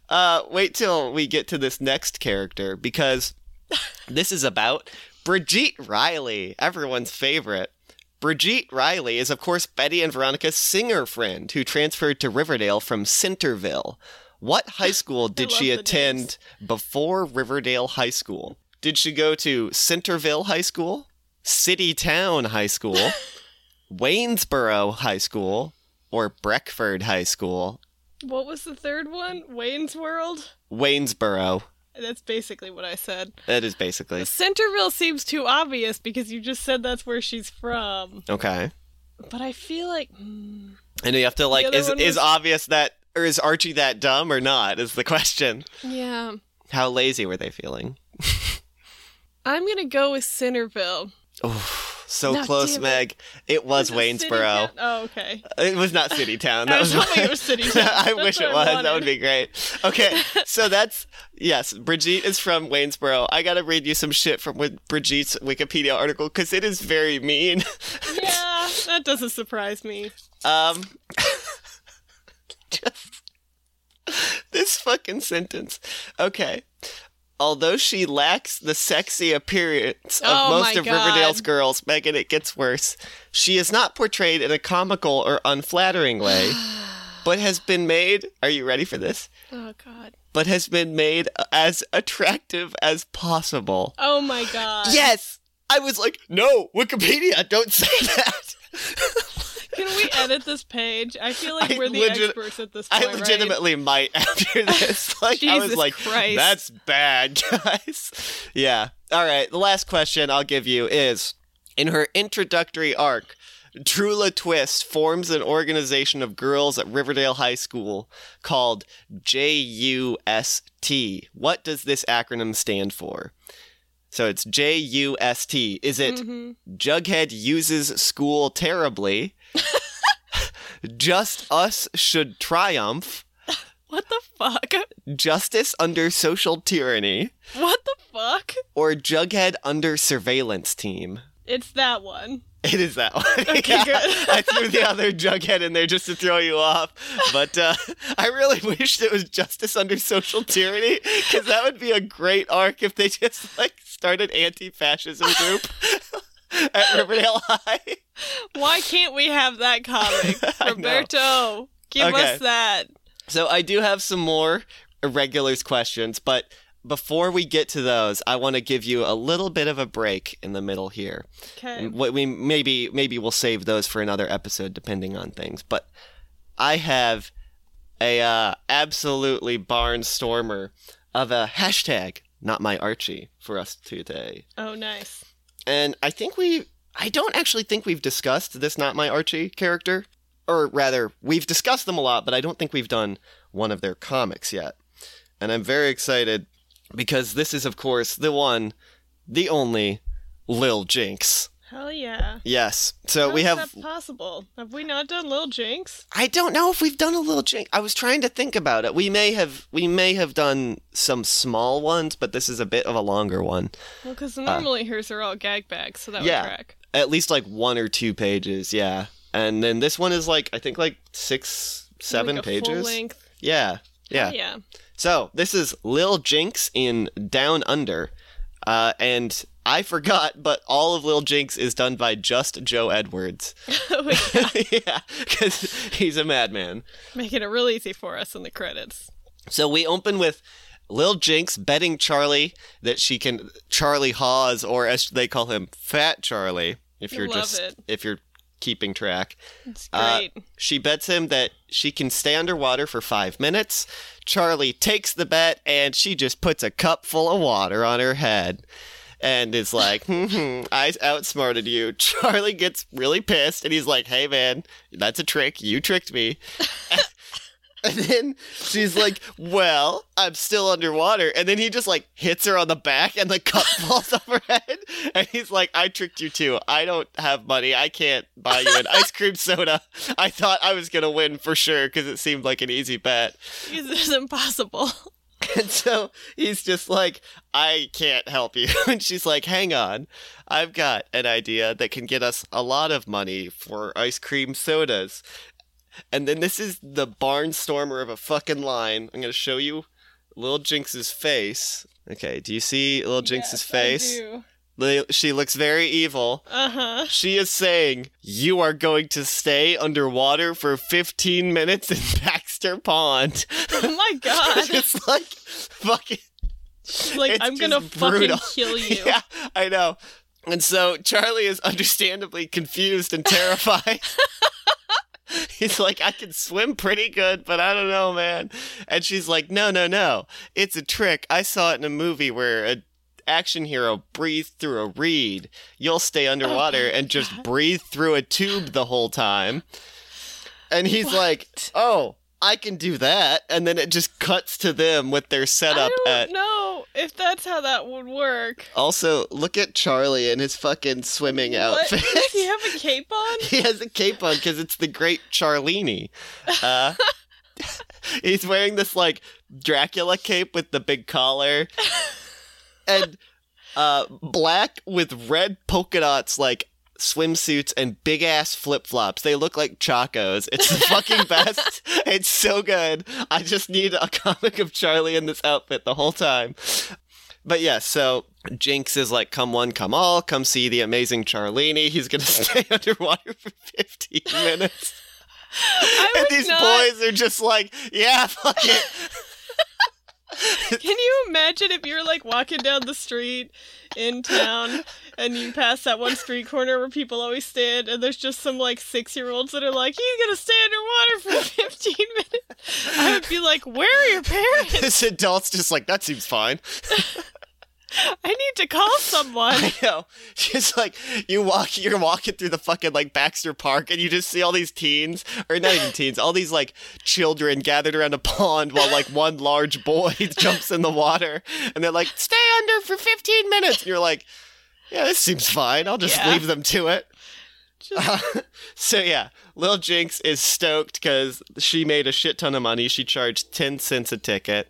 Uh, wait till we get to this next character because this is about Brigitte Riley, everyone's favorite. Brigitte Riley is, of course, Betty and Veronica's singer friend who transferred to Riverdale from Centerville. What high school did love she the names. attend before Riverdale High School? Did she go to Centerville High School, City Town High School, Waynesboro High School, or Breckford High School? What was the third one? Wayne's World? Waynesboro. That's basically what I said. That is basically. Centerville seems too obvious because you just said that's where she's from. Okay. But I feel like hmm, And you have to like other is one is was- obvious that or is Archie that dumb or not is the question. yeah, How lazy were they feeling? I'm going to go with Centerville. Oof, so No, close, damn it. Meg. It was Is it Waynesboro. City Town? Oh, okay. It was not City Town. That I was was hoping it was City Town. I That's wish what it I was. That wanted. would be great. Okay, so that's yes. Brigitte is from Waynesboro. I gotta read you some shit from Win- Brigitte's Wikipedia article because it is very mean. Yeah, that doesn't surprise me. Um, just this fucking sentence. Okay. Although she lacks the sexy appearance of Oh most my of Riverdale's God. girls, Megan, it gets worse. She is not portrayed in a comical or unflattering way, but has been made. Are you ready for this? Oh god. But has been made as attractive as possible. Oh my god. Yes! I was like, no, Wikipedia, don't say that. Can we edit this page? I feel like I we're the legit- experts at this point. I legitimately might after this. Like I was Jesus like, Christ. that's bad, guys. yeah. All right. The last question I'll give you is: in her introductory arc, Drula Twist forms an organization of girls at Riverdale High School called JUST. What does this acronym stand for? So it's JUST. Is it hmm Jughead uses school terribly. Just us should triumph. What the fuck? Justice under social tyranny. What the fuck? Or Jughead under surveillance team. It's that one. It is that one. Okay, good. I threw the other Jughead in there just to throw you off, but uh, I really wished it was Justice Under Social Tyranny because that would be a great arc if they just like started anti-fascism group at Riverdale High. Why can't we have that comic? I know. Roberto, give Okay. us that. So I do have some more irregulars questions, but before we get to those, I want to give you a little bit of a break in the middle here. Okay. And what we maybe maybe we'll save those for another episode depending on things. But I have a uh, absolutely barnstormer of a hashtag not my Archie for us today. Oh, nice. And I think we I don't actually think we've discussed this not my Archie character or rather we've discussed them a lot, but I don't think we've done one of their comics yet. And I'm very excited because this is of course the one the only Lil Jinx. Hell yeah. Yes. So How we is have. that possible? Have we not done Lil Jinx? I don't know if we've done a little jinx. I was trying to think about it. We may have. We may have done some small ones, but this is a bit of a longer one. Well, because normally hers are all gag bags, so that yeah. would track. At least like one or two pages. Yeah. And then this one is like I think like six, seven Like a Full pages. Uh. length. Yeah. Yeah. Yeah. So this is Lil Jinx in Down Under, uh, and I forgot, but all of Lil Jinx is done by just Joe Edwards. Wait, yeah, because he's a madman. Making it real easy for us in the credits. So we open with Lil Jinx betting Charlie that she can Charlie Hawes, or as they call him, Fat Charlie. If you're Love just it. if you're keeping track, It's Uh, great. she bets him that she can stay underwater for five minutes. Charlie takes the bet, and she just puts a cup full of water on her head. And is like, hmm, hmm, I outsmarted you. Charlie gets really pissed and he's like, hey man, that's a trick. You tricked me. And then she's like, Well, I'm still underwater. And then he just like hits her on the back and the cup falls off her head. And he's like, I tricked you too. I don't have money. I can't buy you an ice cream soda. I thought I was going to win for sure because it seemed like an easy bet. this is impossible. And so he's just like, I can't help you. And she's like, Hang on. I've got an idea that can get us a lot of money for ice cream sodas. And then this is the barnstormer of a fucking line. I'm going to show you Lil Jinx's face. Okay, do you see Lil Jinx's face? Li- She looks very evil. Uh huh. She is saying, You are going to stay underwater for 15 minutes in Baxter Pond. Oh my god. it's like fucking like It's I'm gonna just fucking brutal. kill you. Yeah, I know. And so Charlie is understandably confused and terrified. He's like, I can swim pretty good, but I don't know, man. And she's like, No, no, no. It's a trick. I saw it in a movie where a action hero breathed through a reed. You'll Oh stay underwater and just breathe through a tube the whole time. And he's like, Oh, I can do that. And then it just cuts to them with their I setup don't at know if that's how that would work. also, look at Charlie in his fucking swimming What? outfit. Does he have a cape on? he has a cape on because it's the great Charlini. Uh, he's wearing this like Dracula cape with the big collar and uh, black with red polka dots, like swimsuits and big ass flip flops. They look like chacos. It's the fucking best. It's so good. I just need a comic of Charlie in this outfit the whole time. But yeah, so Jinx is like, come one, come all, come see the amazing Charlene. He's gonna stay underwater for 15 minutes. I and would these not. boys are just like, yeah, fuck it. Can you imagine if you're like walking down the street in town and you pass that one street corner where people always stand and there's just some like six year olds that are like, he's gonna stay underwater for 15 minutes? I would be like, where are your parents? this adult's just like, that seems fine. I need to call someone. I know. Just like you walk, you're walking through the fucking like Baxter Park, and you just see all these teens, or not even teens, all these like children gathered around a pond while like one large boy jumps in the water, and they're like, "Stay under for 15 minutes," and you're like, "Yeah, this seems fine. I'll just Yeah. leave them to it." Just- so yeah, Lil Jinx is stoked because she made a shit ton of money. She charged ten cents a ticket.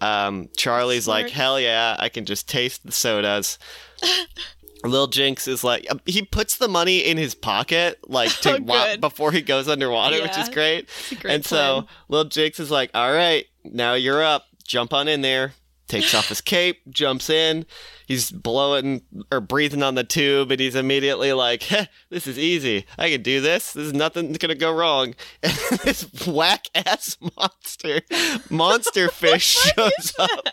Um, Charlie's Smart. like, hell yeah, I can just taste the sodas. Lil Jinx is like um, he puts the money in his pocket like to Oh, wa- good. before he goes underwater, which Yeah. is great. It's a great and so Lil Jinx is like, "All right, now you're up. Jump on in there." Takes off his cape, jumps in. He's blowing or breathing on the tube, and he's immediately like, "Heh, "This is easy. I can do this. This is nothing's gonna go wrong." And this whack ass monster, monster fish shows up.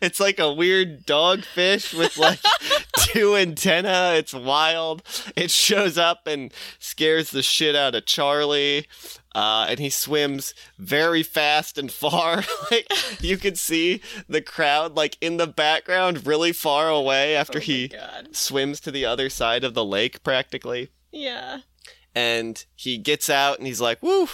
It's like a weird dog fish with like two antenna. It's wild. It shows up and scares the shit out of Charlie. Uh, and he swims very fast and far. like you can see the crowd, like in the background, really far away after Oh my he God. swims to the other side of the lake, practically. Yeah. And he gets out and he's like, "Woo!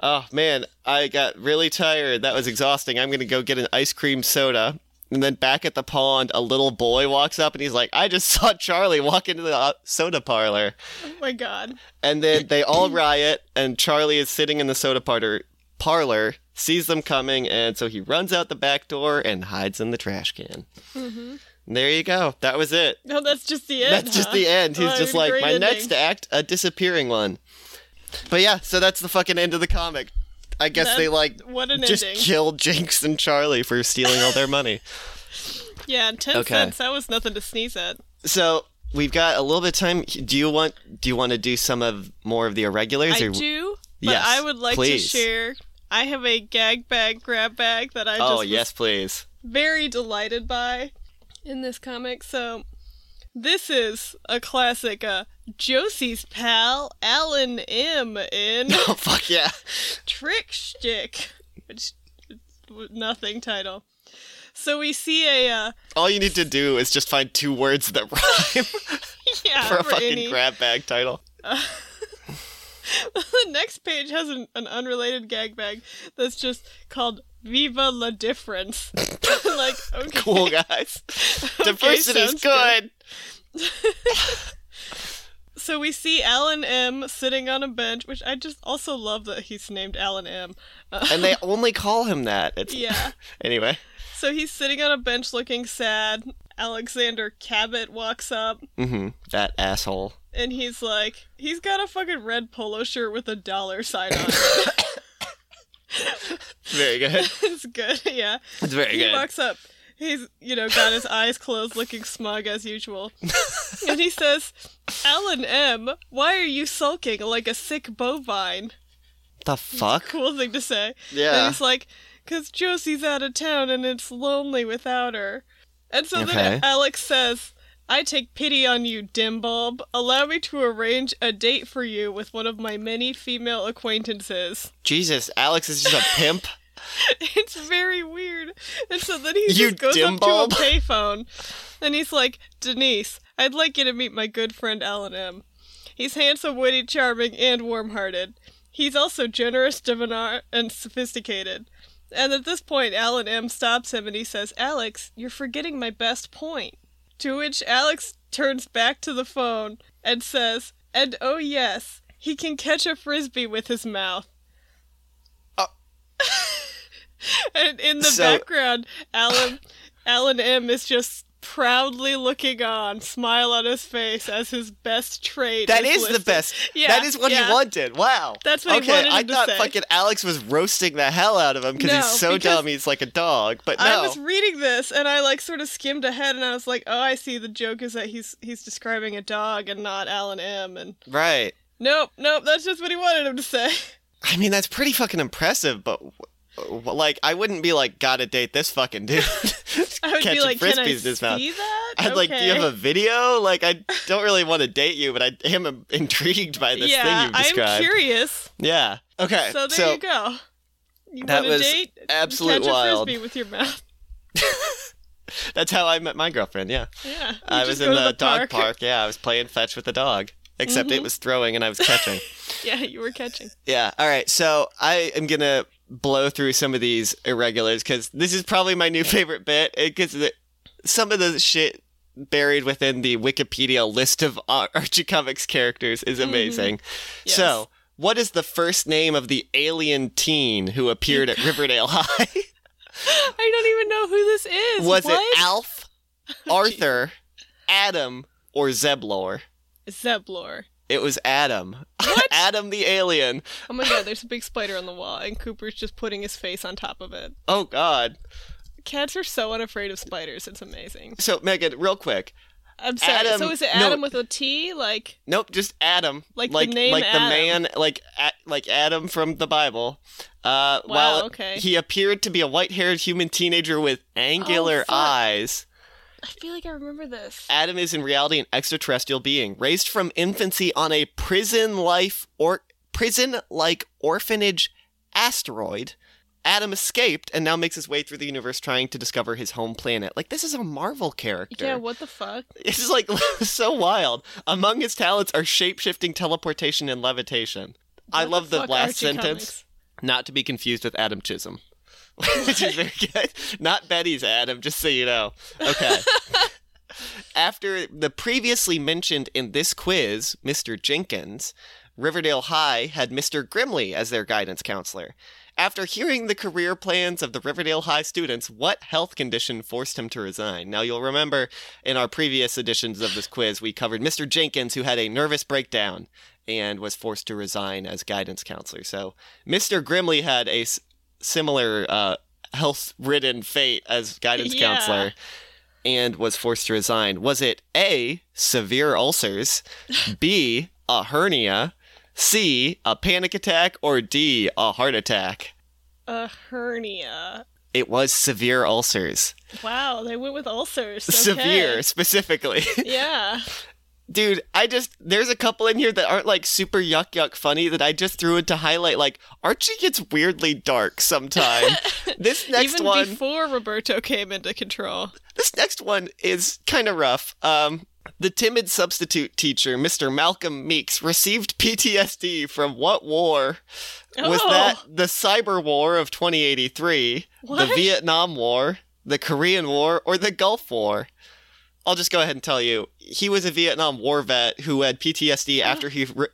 Oh man, I got really tired. That was exhausting. I'm gonna go get an ice cream soda." And then back at the pond, a little boy walks up and he's like, "I just saw Charlie walk into the uh, soda parlor." Oh my god. And then they all riot, and Charlie is sitting in the soda parlor, parlor, sees them coming, and so he runs out the back door and hides in the trash can. Mm-hmm. And there you go. That was it. No, that's just the end. That's just huh? the end. He's Oh, just what a like, great my ending. next act, a disappearing one. But yeah, so that's the fucking end of the comic. I guess That- they like What an just ending. killed Jinx and Charlie for stealing all their money. Yeah, and ten Okay. cents. That was nothing to sneeze at. So we've got a little bit of time. Do you want do you want to do some of more of the irregulars? I or... do, but Yes, I would like please. to share. I have a gag bag, grab bag that I just oh was yes, please. very delighted by in this comic. So this is a classic. Uh, Josie's pal Alan M in Oh fuck yeah. Trick Stick, which it's nothing title. So we see a uh, All you need to do is just find two words that rhyme yeah for a fucking any- grab bag title. the next page has an, an unrelated gag bag that's just called Viva la Difference. like, okay. Cool guys. okay, Diversity's sounds good. So we see Alan M. sitting on a bench, which I just also love that he's named Alan M. Uh, And they only call him that. It's yeah. anyway. So he's sitting on a bench looking sad. Alexander Cabot walks up Mm-hmm. That asshole. and he's like, he's got a fucking red polo shirt with a dollar sign on it. Very good. it's good, yeah. It's very He good. walks up. He's, you know, got his eyes closed, looking smug as usual. and he says, Alan M., why are you sulking like a sick bovine? the fuck? Cool thing to say. And Yeah. he's like, because Josie's out of town and it's lonely without her. And so Okay. then Alex says, I take pity on you, Dimbulb. Allow me to arrange a date for you with one of my many female acquaintances. Jesus, Alex is just a pimp. It's very weird. And so then he You just goes up dimbulb. to a payphone and he's like, Denise, I'd like you to meet my good friend Alan M. He's handsome, witty, charming, and warm hearted. He's also generous, debonair, and sophisticated. And at this point, Alan M stops him and he says, Alex, you're forgetting my best point. To which Alex turns back to the phone and says, And oh, yes, he can catch a frisbee with his mouth. Oh. and in the So- background, Alan, Alan M is just proudly looking on, smile on his face as his best trait. That is is the listed. best. Yeah, that is what yeah. he wanted. Wow. That's what he okay, wanted him I to thought say. fucking Alex was roasting the hell out of him because No, he's so because dumb he's like a dog. But no. I was reading this and I like sort of skimmed ahead and I was like, oh, I see. The joke is that he's he's describing a dog and not Alan M. And Right. nope, nope, that's just what he wanted him to say. I mean, that's pretty fucking impressive, but w- w- like, I wouldn't be like, gotta date this fucking dude. I would be Catching like, can I frisbees in his mouth. see that? I'd like, do you have a video? Like, I don't really want to date you, but I am um, intrigued by this yeah, thing you've described. I'm curious. Yeah. Okay. So there you go. You That want was a date? absolute Catch wild. a frisbee with your mouth. that's how I met my girlfriend. Yeah. Yeah. You I just was go in to the, dog park. Yeah. I was playing fetch with the dog, except Mm-hmm. it was throwing and I was catching. Yeah, you were catching. Yeah. All right. So I am going to blow through some of these irregulars because this is probably my new favorite bit because some of the shit buried within the Wikipedia list of Ar- Archie Comics characters is amazing. Yes. So, what is the first name of the alien teen who appeared at Riverdale High? I don't even know who this is. Was what? it Alf, Arthur, Adam, or Zeblor. Zeblor. It was Adam. Adam the alien. Oh my god, there's a big spider on the wall, and Cooper's just putting his face on top of it. Oh God. Cats are so unafraid of spiders, it's amazing. So Megan, real quick. I'm sorry. Adam- so is it no. Adam with a T? Like, Nope, just Adam. Like the like name like Adam. the man like a, like Adam from the Bible. Uh, while okay. he appeared to be a white-haired human teenager with angular Oh, fuck. eyes. I feel like I remember this. Adam is in reality an extraterrestrial being raised from infancy on a prison life or prison like orphanage asteroid. Adam escaped and now makes his way through the universe trying to discover his home planet. Like this is a Marvel character. Yeah, what the fuck? This is like so wild. Among his talents are shape-shifting, teleportation, and levitation. I What love the, fuck, last Archie sentence. Comics? Not to be confused with Adam Chisholm, which is very good. Not Betty's Adam, just so you know. Okay. After the previously mentioned in this quiz, Mr. Jenkins, Riverdale High had Mr. Grimley as their guidance counselor. After hearing the career plans of the Riverdale High students, what health condition forced him to resign? Now, you'll remember in our previous editions of this quiz, we covered Mr. Jenkins, who had a nervous breakdown and was forced to resign as guidance counselor. So, Mr. Grimley had a s- similar uh, health ridden fate as guidance Yeah. counselor and was forced to resign. Was it A, severe ulcers, B, a hernia, C, a panic attack, or D, a heart attack? A hernia. It was severe ulcers. Wow, they went with ulcers. Okay. Severe, specifically. Yeah. Dude, I just, there's a couple in here that aren't like super yuck yuck funny that I just threw in to highlight. Like, Archie gets weirdly dark sometime. this next Even one. before Roberto came into control. This next one is kind of rough. Um, the timid substitute teacher, Mr. Malcolm Meeks, received PTSD from what war? Was Oh. that the Cyber War of 2083, What? the Vietnam War, the Korean War, or the Gulf War? I'll just go ahead and tell you. He was a Vietnam War vet who had PTSD Oh. after he re-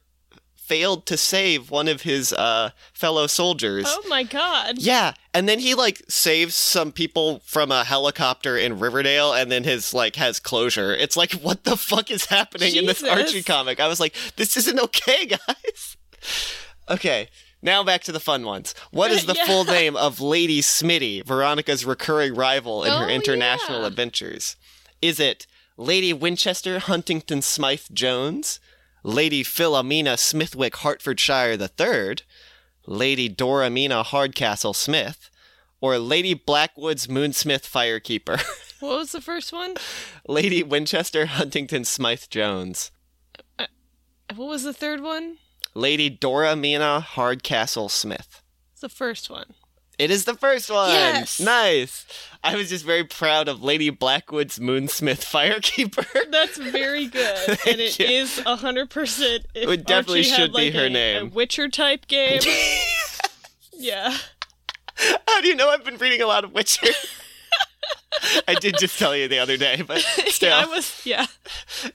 failed to save one of his uh, fellow soldiers. Oh my god. Yeah, and then he like saves some people from a helicopter in Riverdale, and then his like has closure. It's like, what the fuck is happening in this Jesus. Archie comic? I was like, this isn't okay, guys. Okay, now back to the fun ones. What is the Yeah. full name of Lady Smitty, Veronica's recurring rival in her Oh, international yeah. adventures? Is it Lady Winchester Huntington Smythe Jones, Lady Philomena Smithwick Hertfordshire the Third? Lady Doramina Hardcastle Smith, or Lady Blackwood's Moonsmith Firekeeper, What was the first one? Lady Winchester Huntington Smythe Jones, What was the third one? Lady Doramina Hardcastle Smith. It's the first one. It is the first one. Yes. Nice. I was just very proud of Lady Blackwood's Moonsmith Firekeeper. That's very good, and it you. is a hundred percent. It definitely Archie should had, be like, her a, A name. Witcher type game. yeah, How do you know I've been reading a lot of Witcher? I did just tell you the other day, but still. yeah, I was. Yeah,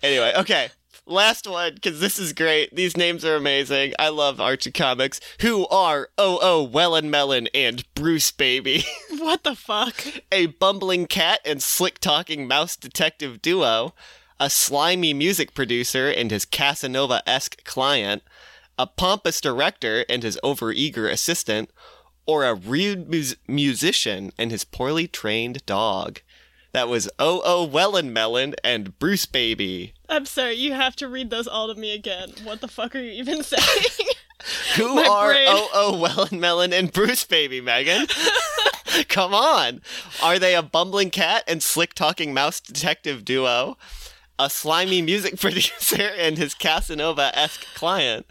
Anyway, okay. Last one, because this is great. These names are amazing. I love Archie Comics, who are O.O. Wellen Melon and Bruce Baby, what the fuck? a bumbling cat and slick talking mouse detective duo, a slimy music producer and his Casanova esque client, a pompous director and his overeager assistant, or a rude mus- musician and his poorly trained dog. That was O.O. Wellen Melon and Bruce Baby. I'm sorry. You have to read those all to me again. What the fuck are you even saying? Who My are brain. OO Wellen Melon and Bruce Baby Megan? Come on. Are they a bumbling cat and slick talking mouse detective duo? A slimy music producer and his Casanova esque client?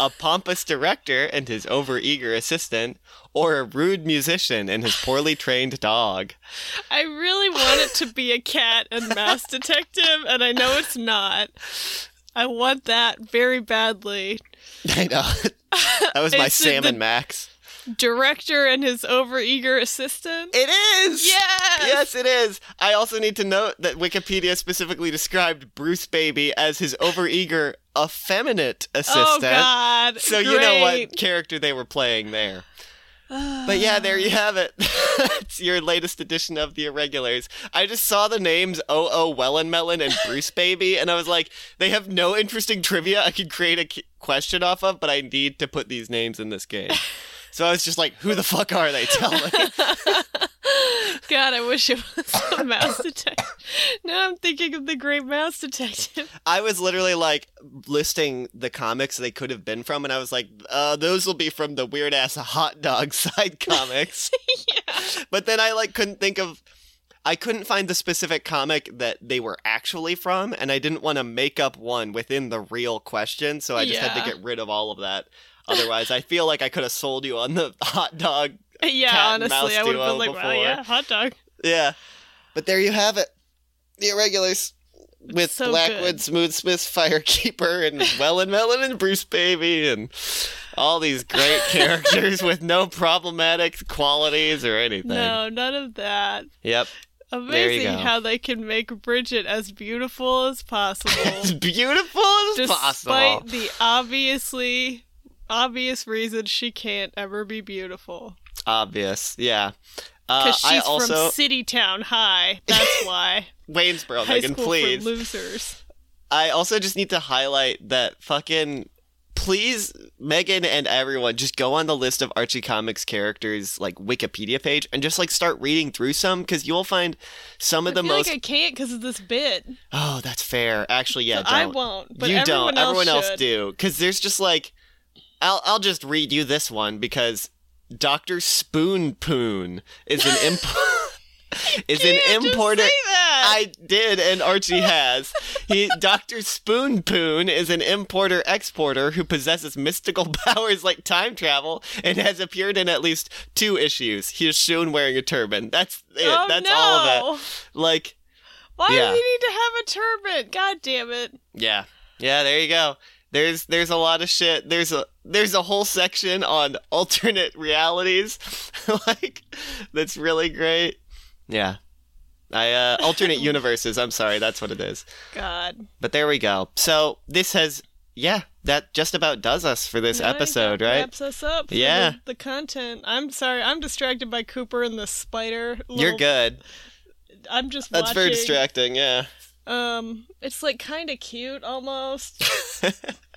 A pompous director and his overeager assistant? Or a rude musician and his poorly trained dog? I really want it to be a cat and mouse detective, and I know it's not. I want that very badly. I know. That was my Is it Sam and the- Max. Director and his overeager assistant. It is! Yes. Yes, it is. I also need to note that Wikipedia specifically described Bruce Baby as his overeager, effeminate assistant. Oh God. So you know Great. what character they were playing there. But yeah, there you have it. it's your latest edition of the Irregulars. I just saw the names O.O. Wellenmelon and Bruce Baby, and I was like, they have no interesting trivia I could create a ki- question off of, but I need to put these names in this game. So I was just like, who the fuck are they? Tell me. God, I wish it was a mouse detective. Now I'm thinking of the great mouse detective. I was literally like listing the comics they could have been from, and I was like, uh, those will be from the weird ass hot dog side comics. yeah. but then I like couldn't think of I couldn't find the specific comic that they were actually from and I didn't want to make up one within the real question, so I just had Yeah. to get rid of all of that. Otherwise, I feel like I could have sold you on the hot dog. Yeah, Cat and honestly, mouse I would have duo been like, wow, before. yeah, hot dog. Yeah. But there you have it. The Irregulars with so Blackwood, good. Smooth Smith, Firekeeper, and Wellen Mellon and Bruce Baby and all these great characters with no problematic qualities or anything. No, none of that. Yep. There you Amazing go. how they can make Bridget as beautiful as As possible, beautiful as despite possible. the obviously obvious reason she can't ever be beautiful. obvious. Yeah. Uh, Because I she's also from City Town High. That's why. Waynesboro, High Megan, school please. for losers. I also just need to highlight that fucking please Megan and everyone just go on the list of Archie Comics characters like Wikipedia page and just like start reading through some because you'll find some of the I feel most like I can't because of this bit. Oh, that's fair. Actually, yeah, don't. I won't. But you everyone don't. Else everyone else should. do. Because there's just like, I'll I'll just read you this one because Doctor Spoon Poon is an imp- is an Can't just importer. say that. I did, and Archie has. He Doctor Spoon Poon is an importer exporter who possesses mystical powers like time travel and has appeared in at least two issues. He is shown wearing a turban. That's it. Oh, that's no. all of it. Like. Why Yeah. do we need to have a turban? God damn it. Yeah. Yeah, there you go. There's there's a lot of shit. There's a there's a whole section on alternate realities like that's really great. Yeah. I uh alternate universes, I'm sorry, that's what it is. God. But there we go. So this has yeah, that just about does us for this No, I think episode, that right? Wraps us up. for Yeah. The, the content. I'm sorry. I'm distracted by Cooper and the spider. You're little- good. I'm just That's very watching. distracting, yeah. Um, it's like kind of cute almost,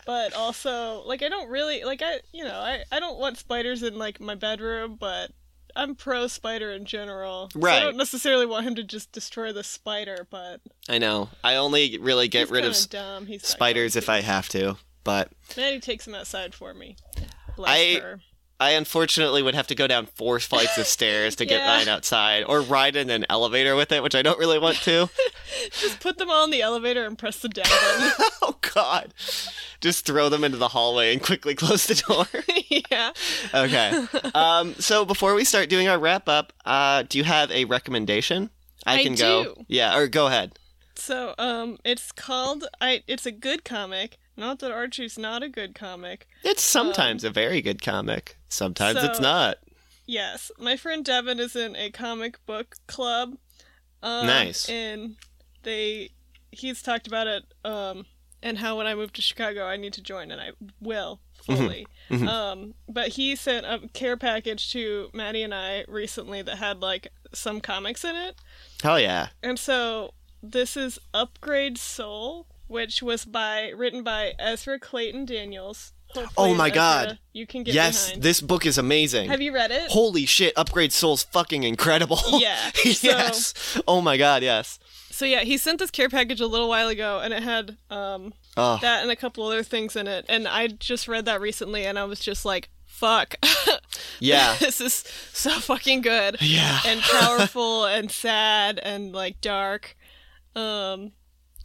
but also like I don't really like I you know I I don't want spiders in like my bedroom, but. I'm pro spider in general. So I Right. don't necessarily want him to just destroy the spider, but I know. I only really get he's rid of kinda s- dumb. He's not spiders if I have to, but Maddie takes him outside for me. Bless I- her. I unfortunately would have to go down four flights of stairs to get Yeah. mine outside or ride in an elevator with it, which I don't really want to. Just put them all in the elevator and press the down button. oh, God. Just throw them into the hallway and quickly close the door. yeah. okay. Um, so before we start doing our wrap up, uh, do you have a recommendation? I can go. do. Yeah, or go ahead. So, um, it's called. I. It's a good comic. Not that Archie's not a good comic. It's sometimes a very good comic, sometimes it's Um, so- not. Yes, my friend Devin is in a comic book club. Um, Nice. And they, he's talked about it, um, and how when I move to Chicago, I need to join, and I will fully. Mhm. Um, but he sent a care package to Maddie and I recently that had like some comics in it, Hell yeah. and so this is Upgrade Soul, which was by written by Ezra Clayton Daniels. Hopefully, Oh my Ezra, God. You can get yes, behind. this book is amazing. Have you read it? Holy shit, Upgrade Soul's fucking incredible. Yeah, so- yes. Oh my god, yes. So yeah, he sent this care package a little while ago, and it had um, Oh, that and a couple other things in it. And I just read that recently, and I was just like, "Fuck, yeah. this is so fucking good Yeah. and powerful and sad and like dark." Um,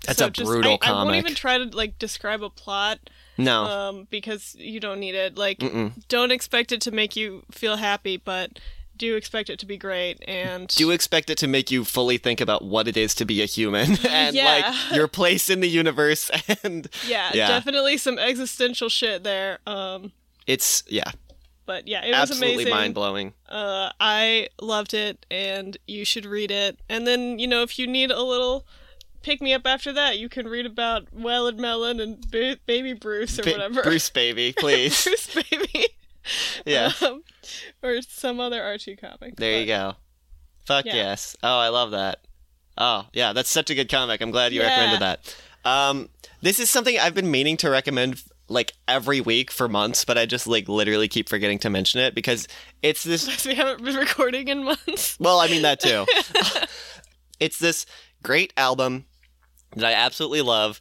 That's so a just- brutal I, I won't comic. even try to like describe a plot no. um, because you don't need it. Like, Mm-mm. don't expect it to make you feel happy, but do expect it to be great. And Do expect it to make you fully think about what it is to be a human and Yeah. like your place in the universe and yeah, Yeah. definitely some existential shit there. Um, it's yeah, but yeah, it was absolutely amazing. mind-blowing. Uh, I loved it, and you should read it. And then you know, if you need a little pick me up after that, you can read about Well and Melon and ba- Baby Bruce or Ba- whatever. Bruce baby, please. Bruce Baby. yeah. Um, or some other Archie comic. There you go. Fuck Yeah. yes. Oh, I love that. Oh, yeah, that's such a good comic. I'm glad you Yeah. recommended that. Um, this is something I've been meaning to recommend like every week for months, but I just like literally keep forgetting to mention it because it's this Because we haven't been recording in months. Well, I mean that too. it's this great album that I absolutely love.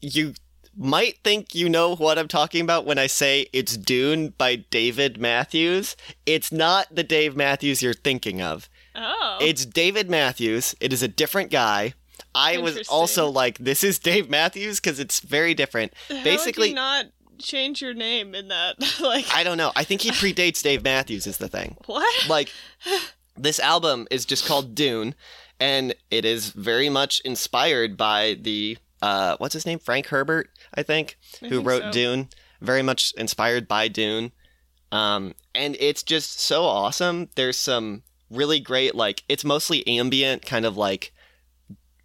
You might think you know what I'm talking about when I say it's Dune by David Matthews. It's not the Dave Matthews you're thinking of. Oh. It's David Matthews. It is a different guy. I was Interesting. also like, this is Dave Matthews because it's very different. How would Basically, you not change your name in that. like I don't know. I think he predates Dave Matthews, is the thing. what? like this album is just called Dune, and it is very much inspired by the uh, what's his name, Frank Herbert, I think, I who think wrote so. Dune. Very much inspired by Dune, um, and it's just so awesome. There's some really great, like it's mostly ambient, kind of like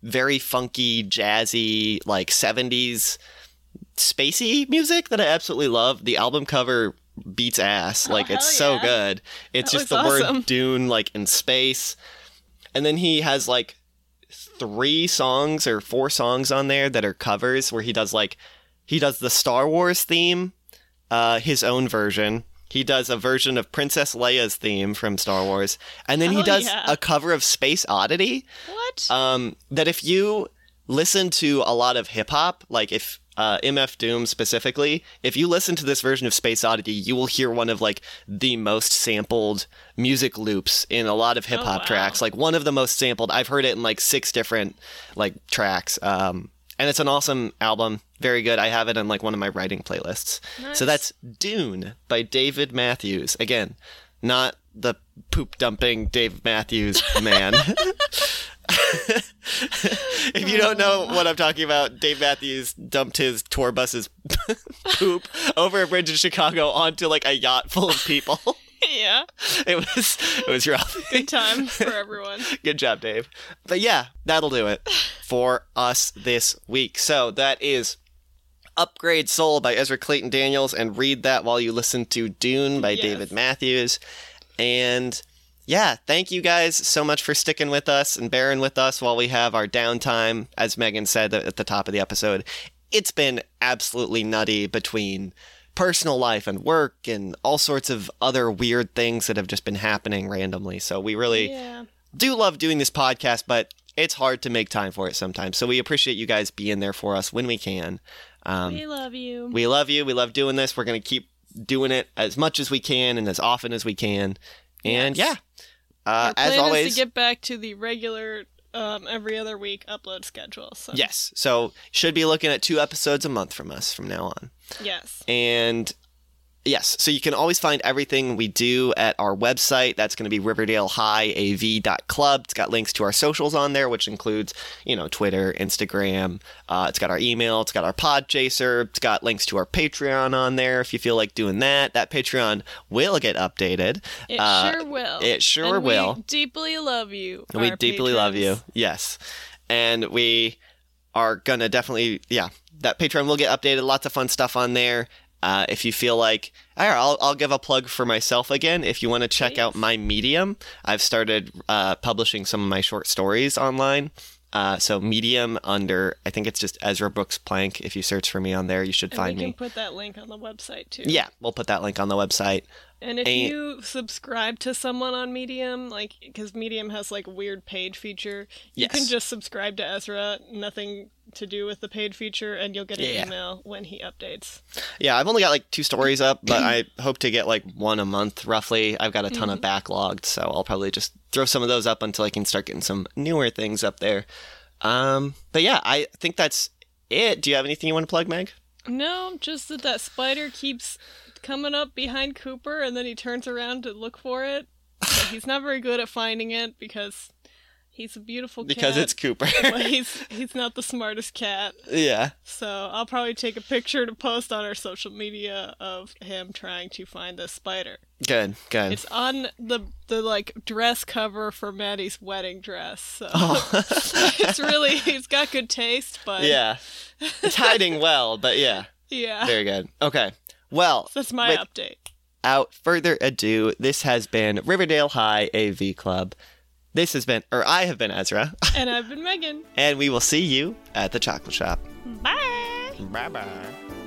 very funky, jazzy, like '70s spacey music that I absolutely love. The album cover beats ass. Oh, Like it's so hell yeah. good. It's That just the looks awesome. word Dune like in space. And then he has like three songs or four songs on there that are covers where he does like he does the Star Wars theme, uh, his own version. He does a version of Princess Leia's theme from Star Wars. And then he Hell does Oh, yeah. a cover of Space Oddity What? um, that if you listen to a lot of hip hop, like if uh, MF Doom specifically, if you listen to this version of Space Oddity, you will hear one of like the most sampled music loops in a lot of hip hop Oh, wow. tracks. Like one of the most sampled. I've heard it in like six different like tracks. Um, and it's an awesome album. Very good. I have it in like one of my writing playlists. So Nice. that's Dune by David Matthews. Again, not the poop dumping Dave Matthews man. if you don't know what I'm talking about, Dave Matthews dumped his tour bus's poop over a bridge in Chicago onto like a yacht full of people. yeah. it was it was rough. Good time for everyone. Good job, Dave. But yeah, that'll do it for us this week. So that is Upgrade Soul by Ezra Clayton Daniels, and read that while you listen to Dune by Yes. David Matthews. And yeah, thank you guys so much for sticking with us and bearing with us while we have our downtime. As Megan said at the top of the episode, it's been absolutely nutty between personal life and work and all sorts of other weird things that have just been happening randomly. So we really Yeah. do love doing this podcast, but it's hard to make time for it sometimes. So we appreciate you guys being there for us when we can. Um, We love you. we love you. We love doing this. We're going to keep doing it as much as we can and as often as we can. And yeah, Yes. uh, Our plan as is always, to get back to the regular um, every other week upload schedule. So yes. So should be looking at two episodes a month from us from now on. yes. And yes, so you can always find everything we do at our website. That's going to be riverdalehighav.club. It's got links to our socials on there, which includes, you know, Twitter, Instagram. Uh, it's got our email. It's got our pod chaser. It's got links to our Patreon on there if you feel like doing that. That Patreon will get updated. It Uh, sure will. it sure And will. We deeply love you. and we our deeply love you. patrons. Yes. And we are going to definitely, yeah, that Patreon will get updated. Lots of fun stuff on there. Uh, if you feel like, all right, I'll, I'll give a plug for myself again. If you want to check out my Medium, I've started uh, publishing some of my short stories online. Uh, so Medium under, I think it's just Ezra Brooks Plank. If you search for me on there, you should And find we can me. put that link on the website too. Yeah, we'll put that link on the website. And if And- you subscribe to someone on Medium, like because Medium has like a weird paid feature, you Yes. can just subscribe to Ezra, nothing to do with the paid feature, and you'll get an Yeah. email when he updates. Yeah, I've only got like two stories up, but I hope to get like one a month roughly. I've got a ton of Mm-hmm. backlogged, so I'll probably just throw some of those up until I can start getting some newer things up there. Um, but yeah, I think that's it. Do you have anything you want to plug, Meg? No, just that that spider keeps coming up behind Cooper, and then he turns around to look for it. But he's not very good at finding it because he's a beautiful Because cat. it's Cooper. but he's he's not the smartest cat. yeah. So I'll probably take a picture to post on our social media of him trying to find this spider. Good, good. It's on the the like dress cover for Maddie's wedding dress. So Oh. it's really he's got good taste, but yeah. It's hiding well, but yeah. yeah. Very good. Okay. Well, That's my with- update. without further ado, this has been Riverdale High AV Club. This has been, or I have been Ezra, And I've been Megan. and we will see you at the chocolate shop. Bye. Bye bye.